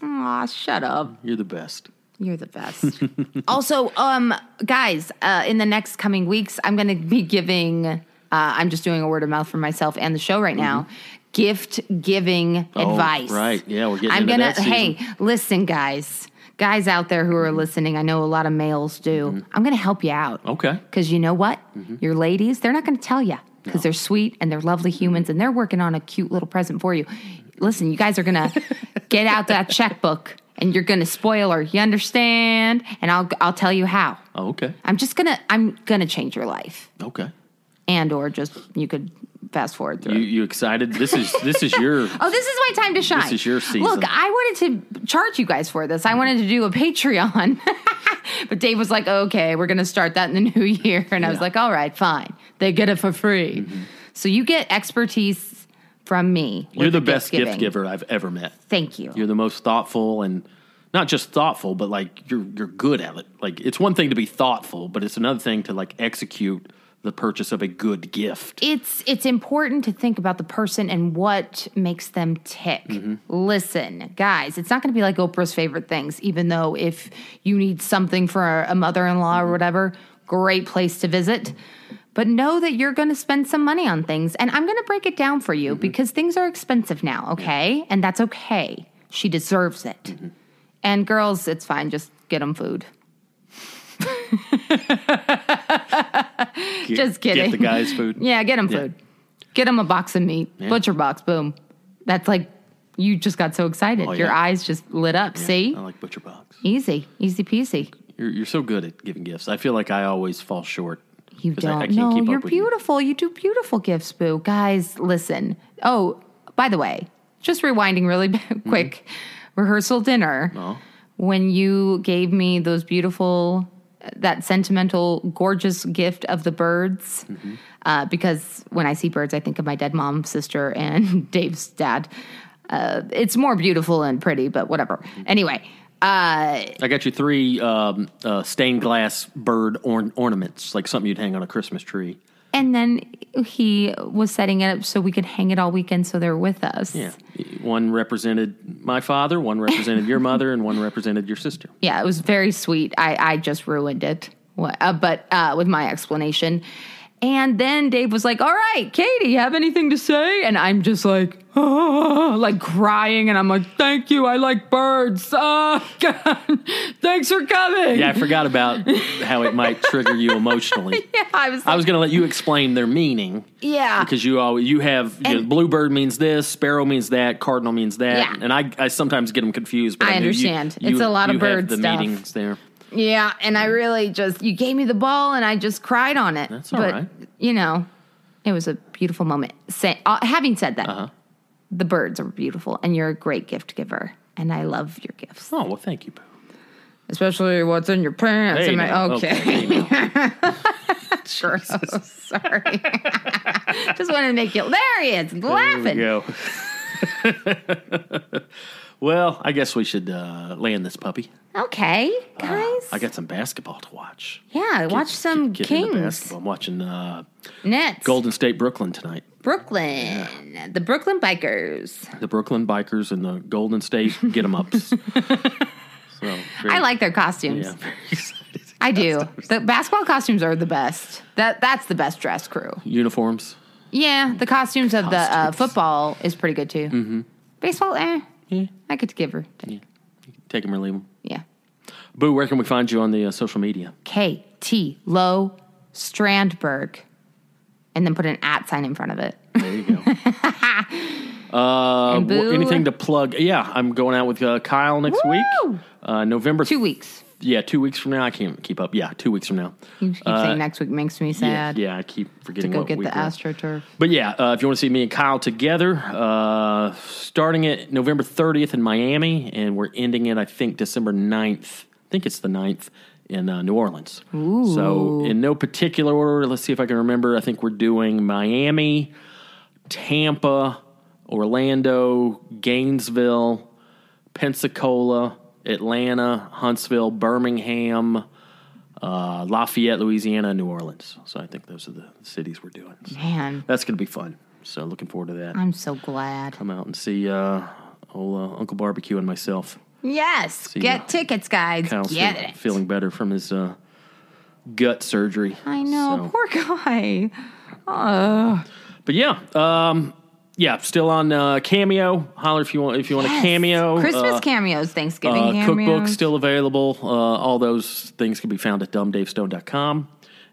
Aw, shut up. You're the best. You're the best. also, um, guys, uh, in the next coming weeks, I'm going to be giving. Uh, I'm just doing a word of mouth for myself and the show right now. Gift giving Mm-hmm. Oh, advice. right. Yeah, we're getting I'm into gonna. that season. hey, listen, guys, guys out there who are listening. I know a lot of males do. Mm-hmm. I'm going to help you out. Okay. Because you know what? Your ladies, they're not going to tell you because they're sweet and they're lovely humans and they're working on a cute little present for you. Listen, you guys are going to get out that checkbook and you're going to spoil her. You understand? And I'll I'll tell you how. Oh, okay. I'm just going to I'm going to change your life Okay. and or just you could fast forward through. You it. you excited? This is this is your Oh, this is my time to shine. is your season. Look, I wanted to charge you guys for this. I wanted to do a Patreon. but Dave was like, okay, we're going to start that in the new year. And I was Yeah. Mm-hmm. like, all right, fine. They get it for free. So you get expertise from me. with you're the best gift giving. giver I've ever met. Thank you. You're the most thoughtful and not just thoughtful, but like you're you're good at it. Like it's one thing to be thoughtful, but it's another thing to like execute the purchase of a good gift. it's it's important to think about the person and what makes them tick. Listen, guys, it's not going to be like Oprah's favorite things. Even though if you need something for a mother-in-law or whatever, great place to visit. But know that you're going to spend some money on things, and I'm going to break it down for you because things are expensive now. Okay, and that's okay. She deserves it. And girls, it's fine. Just get them food. Get- Just kidding. Get the guy's food. Yeah, get him Yeah. food. Get him a box of meat. Butcher box. Boom. That's like you just got so excited. Oh, Your yeah. eyes just lit up. See, I like butcher box. easy, easy peasy. You're you're so good at giving gifts. I feel like I always fall short. You 'cause I- I don't can't know. keep up You're with you. beautiful. You. do beautiful gifts, boo. Guys, listen. Oh, by the way, just rewinding really quick. Mm-hmm. Rehearsal dinner. When you gave me those beautiful, uh, that sentimental, gorgeous gift of the birds, Mm-hmm. uh, because when I see birds, I think of my dead mom, sister, and Dave's dad. Uh, it's more beautiful and pretty, but whatever. Mm-hmm. Anyway, uh, I got you three um, uh, stained glass bird orn- ornaments, like something you'd hang on a Christmas tree. And then he was setting it up so we could hang it all weekend so they're with us. Yeah. One represented my father, one represented your mother, and one represented your sister. Yeah, it was very sweet. I, I just ruined it, Wha- uh, but uh, with my explanation. And then Dave was like, All right, Katie, have anything to say? And I'm just like, "Ah," like crying. And I'm like, Thank you. I like birds. Ah, God. Thanks for coming. Yeah, I forgot about how it might trigger you emotionally. Yeah, I was I like, was going to let you explain their meaning. Yeah. Because you always you have you know, And- bluebird means this, sparrow means that, cardinal means that, Yeah. and I, I sometimes get them confused. But I I, knew you- understand. you- It's a lot of you have bird the stuff. meanings there. Yeah, and I really just you gave me the ball, and I just cried on it. Mm. That's all but, right. You know, it was a beautiful moment. Say, uh, having said that, Uh-huh. the birds are beautiful, and you're a great gift giver, and I love your gifts, Oh well, thank you. Boo. especially what's in your pants. Hey, Am I- now. okay, now. sure. Sorry, just wanted to make you. There he is, laughing. There we go. well, I guess we should uh, land this puppy. Okay, guys. I got some basketball to watch. yeah, watch Get- some get- get into Kings basketball. I'm watching uh, Nets, Golden State Brooklyn tonight. Brooklyn, the Brooklyn Bikers. The Brooklyn Bikers and the Golden State get 'em ups. so very- I like their costumes. Yeah, very excited. I do. The basketball costumes are the best. That that's the best dress crew. Uniforms. Yeah, the costumes of the uh, football is pretty good too. Mm-hmm. Baseball, eh? Yeah, I could give her. Yeah. take 'em or leave 'em. Boo, where can we find you on the uh, social media? K T Low Strandberg, and then put an at sign in front of it. There you go. Uh, And wh- Boo? anything to plug? Yeah, I'm going out with uh, Kyle next Woo! week. Uh, November Two weeks. yeah, two weeks from now. I can't keep up. Yeah, two weeks from now. You keep Uh, saying next week makes me Yeah, sad. yeah, I keep forgetting Go what get week the we're- astroturf. But yeah, uh, if you want to see me and Kyle together, uh, starting it November 30th in Miami, and we're ending it, I think, December 9th. I think it's the 9th in uh, New Orleans. So, in no particular order, let's see if I can remember. I think we're doing Miami, Tampa, Orlando, Gainesville, Pensacola, Atlanta, Huntsville, Birmingham, uh, Lafayette, Louisiana, and New Orleans. So I think those are the cities we're doing. So Man, that's going to be fun. So looking forward to that. I'm so glad. Come out and see uh, old uh, Uncle Barbecue and myself. Yes, ya. get tickets, guys. Kyle's get feel- it. feeling better from his uh, gut surgery. I know, So- poor guy. But yeah, um, yeah, still on uh, Cameo. Holler if you want if you want Yes. a cameo. Christmas uh, cameos, Thanksgiving uh, cameos. cookbook still available. Uh, all those things can be found at dumbdavestone.com.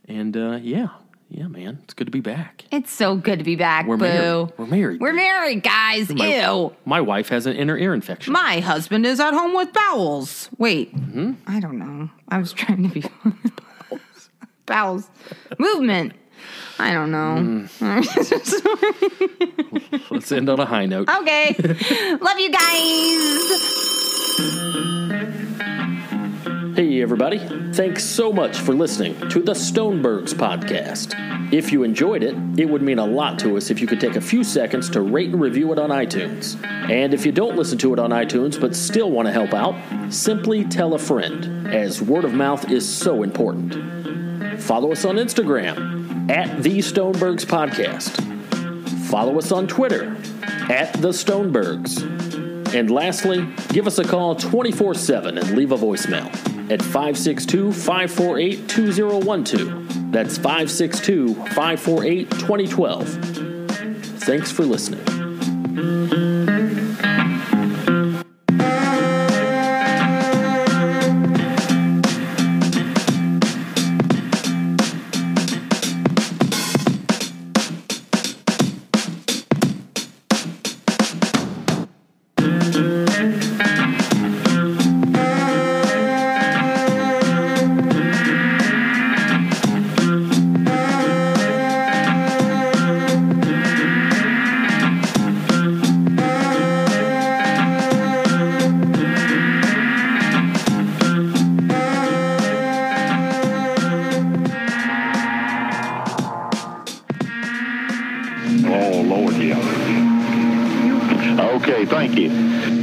And uh, yeah, yeah, man, it's good to be back. It's so good to be back. We're boo. married. We're married. We're married, guys. Ew. My wife has an inner ear infection. My husband is at home with bowels. Wait, Mm-hmm. I don't know. I was trying to be bowels movement. I don't know. Let's end on a high note. Okay, love you guys. Hey, everybody. Thanks so much for listening to the Stonebergs podcast. If you enjoyed it, it would mean a lot to us if you could take a few seconds to rate and review it on iTunes. And if you don't listen to it on iTunes but still want to help out, simply tell a friend, as word of mouth is so important. Follow us on Instagram at the Stonebergs podcast. Follow us on Twitter at the Stonebergs. And lastly, give us a call 24 7 and leave a voicemail at 562 548 2012. That's 562 548 2012. Thanks for listening. Oh, Lord, yeah. Okay, thank you.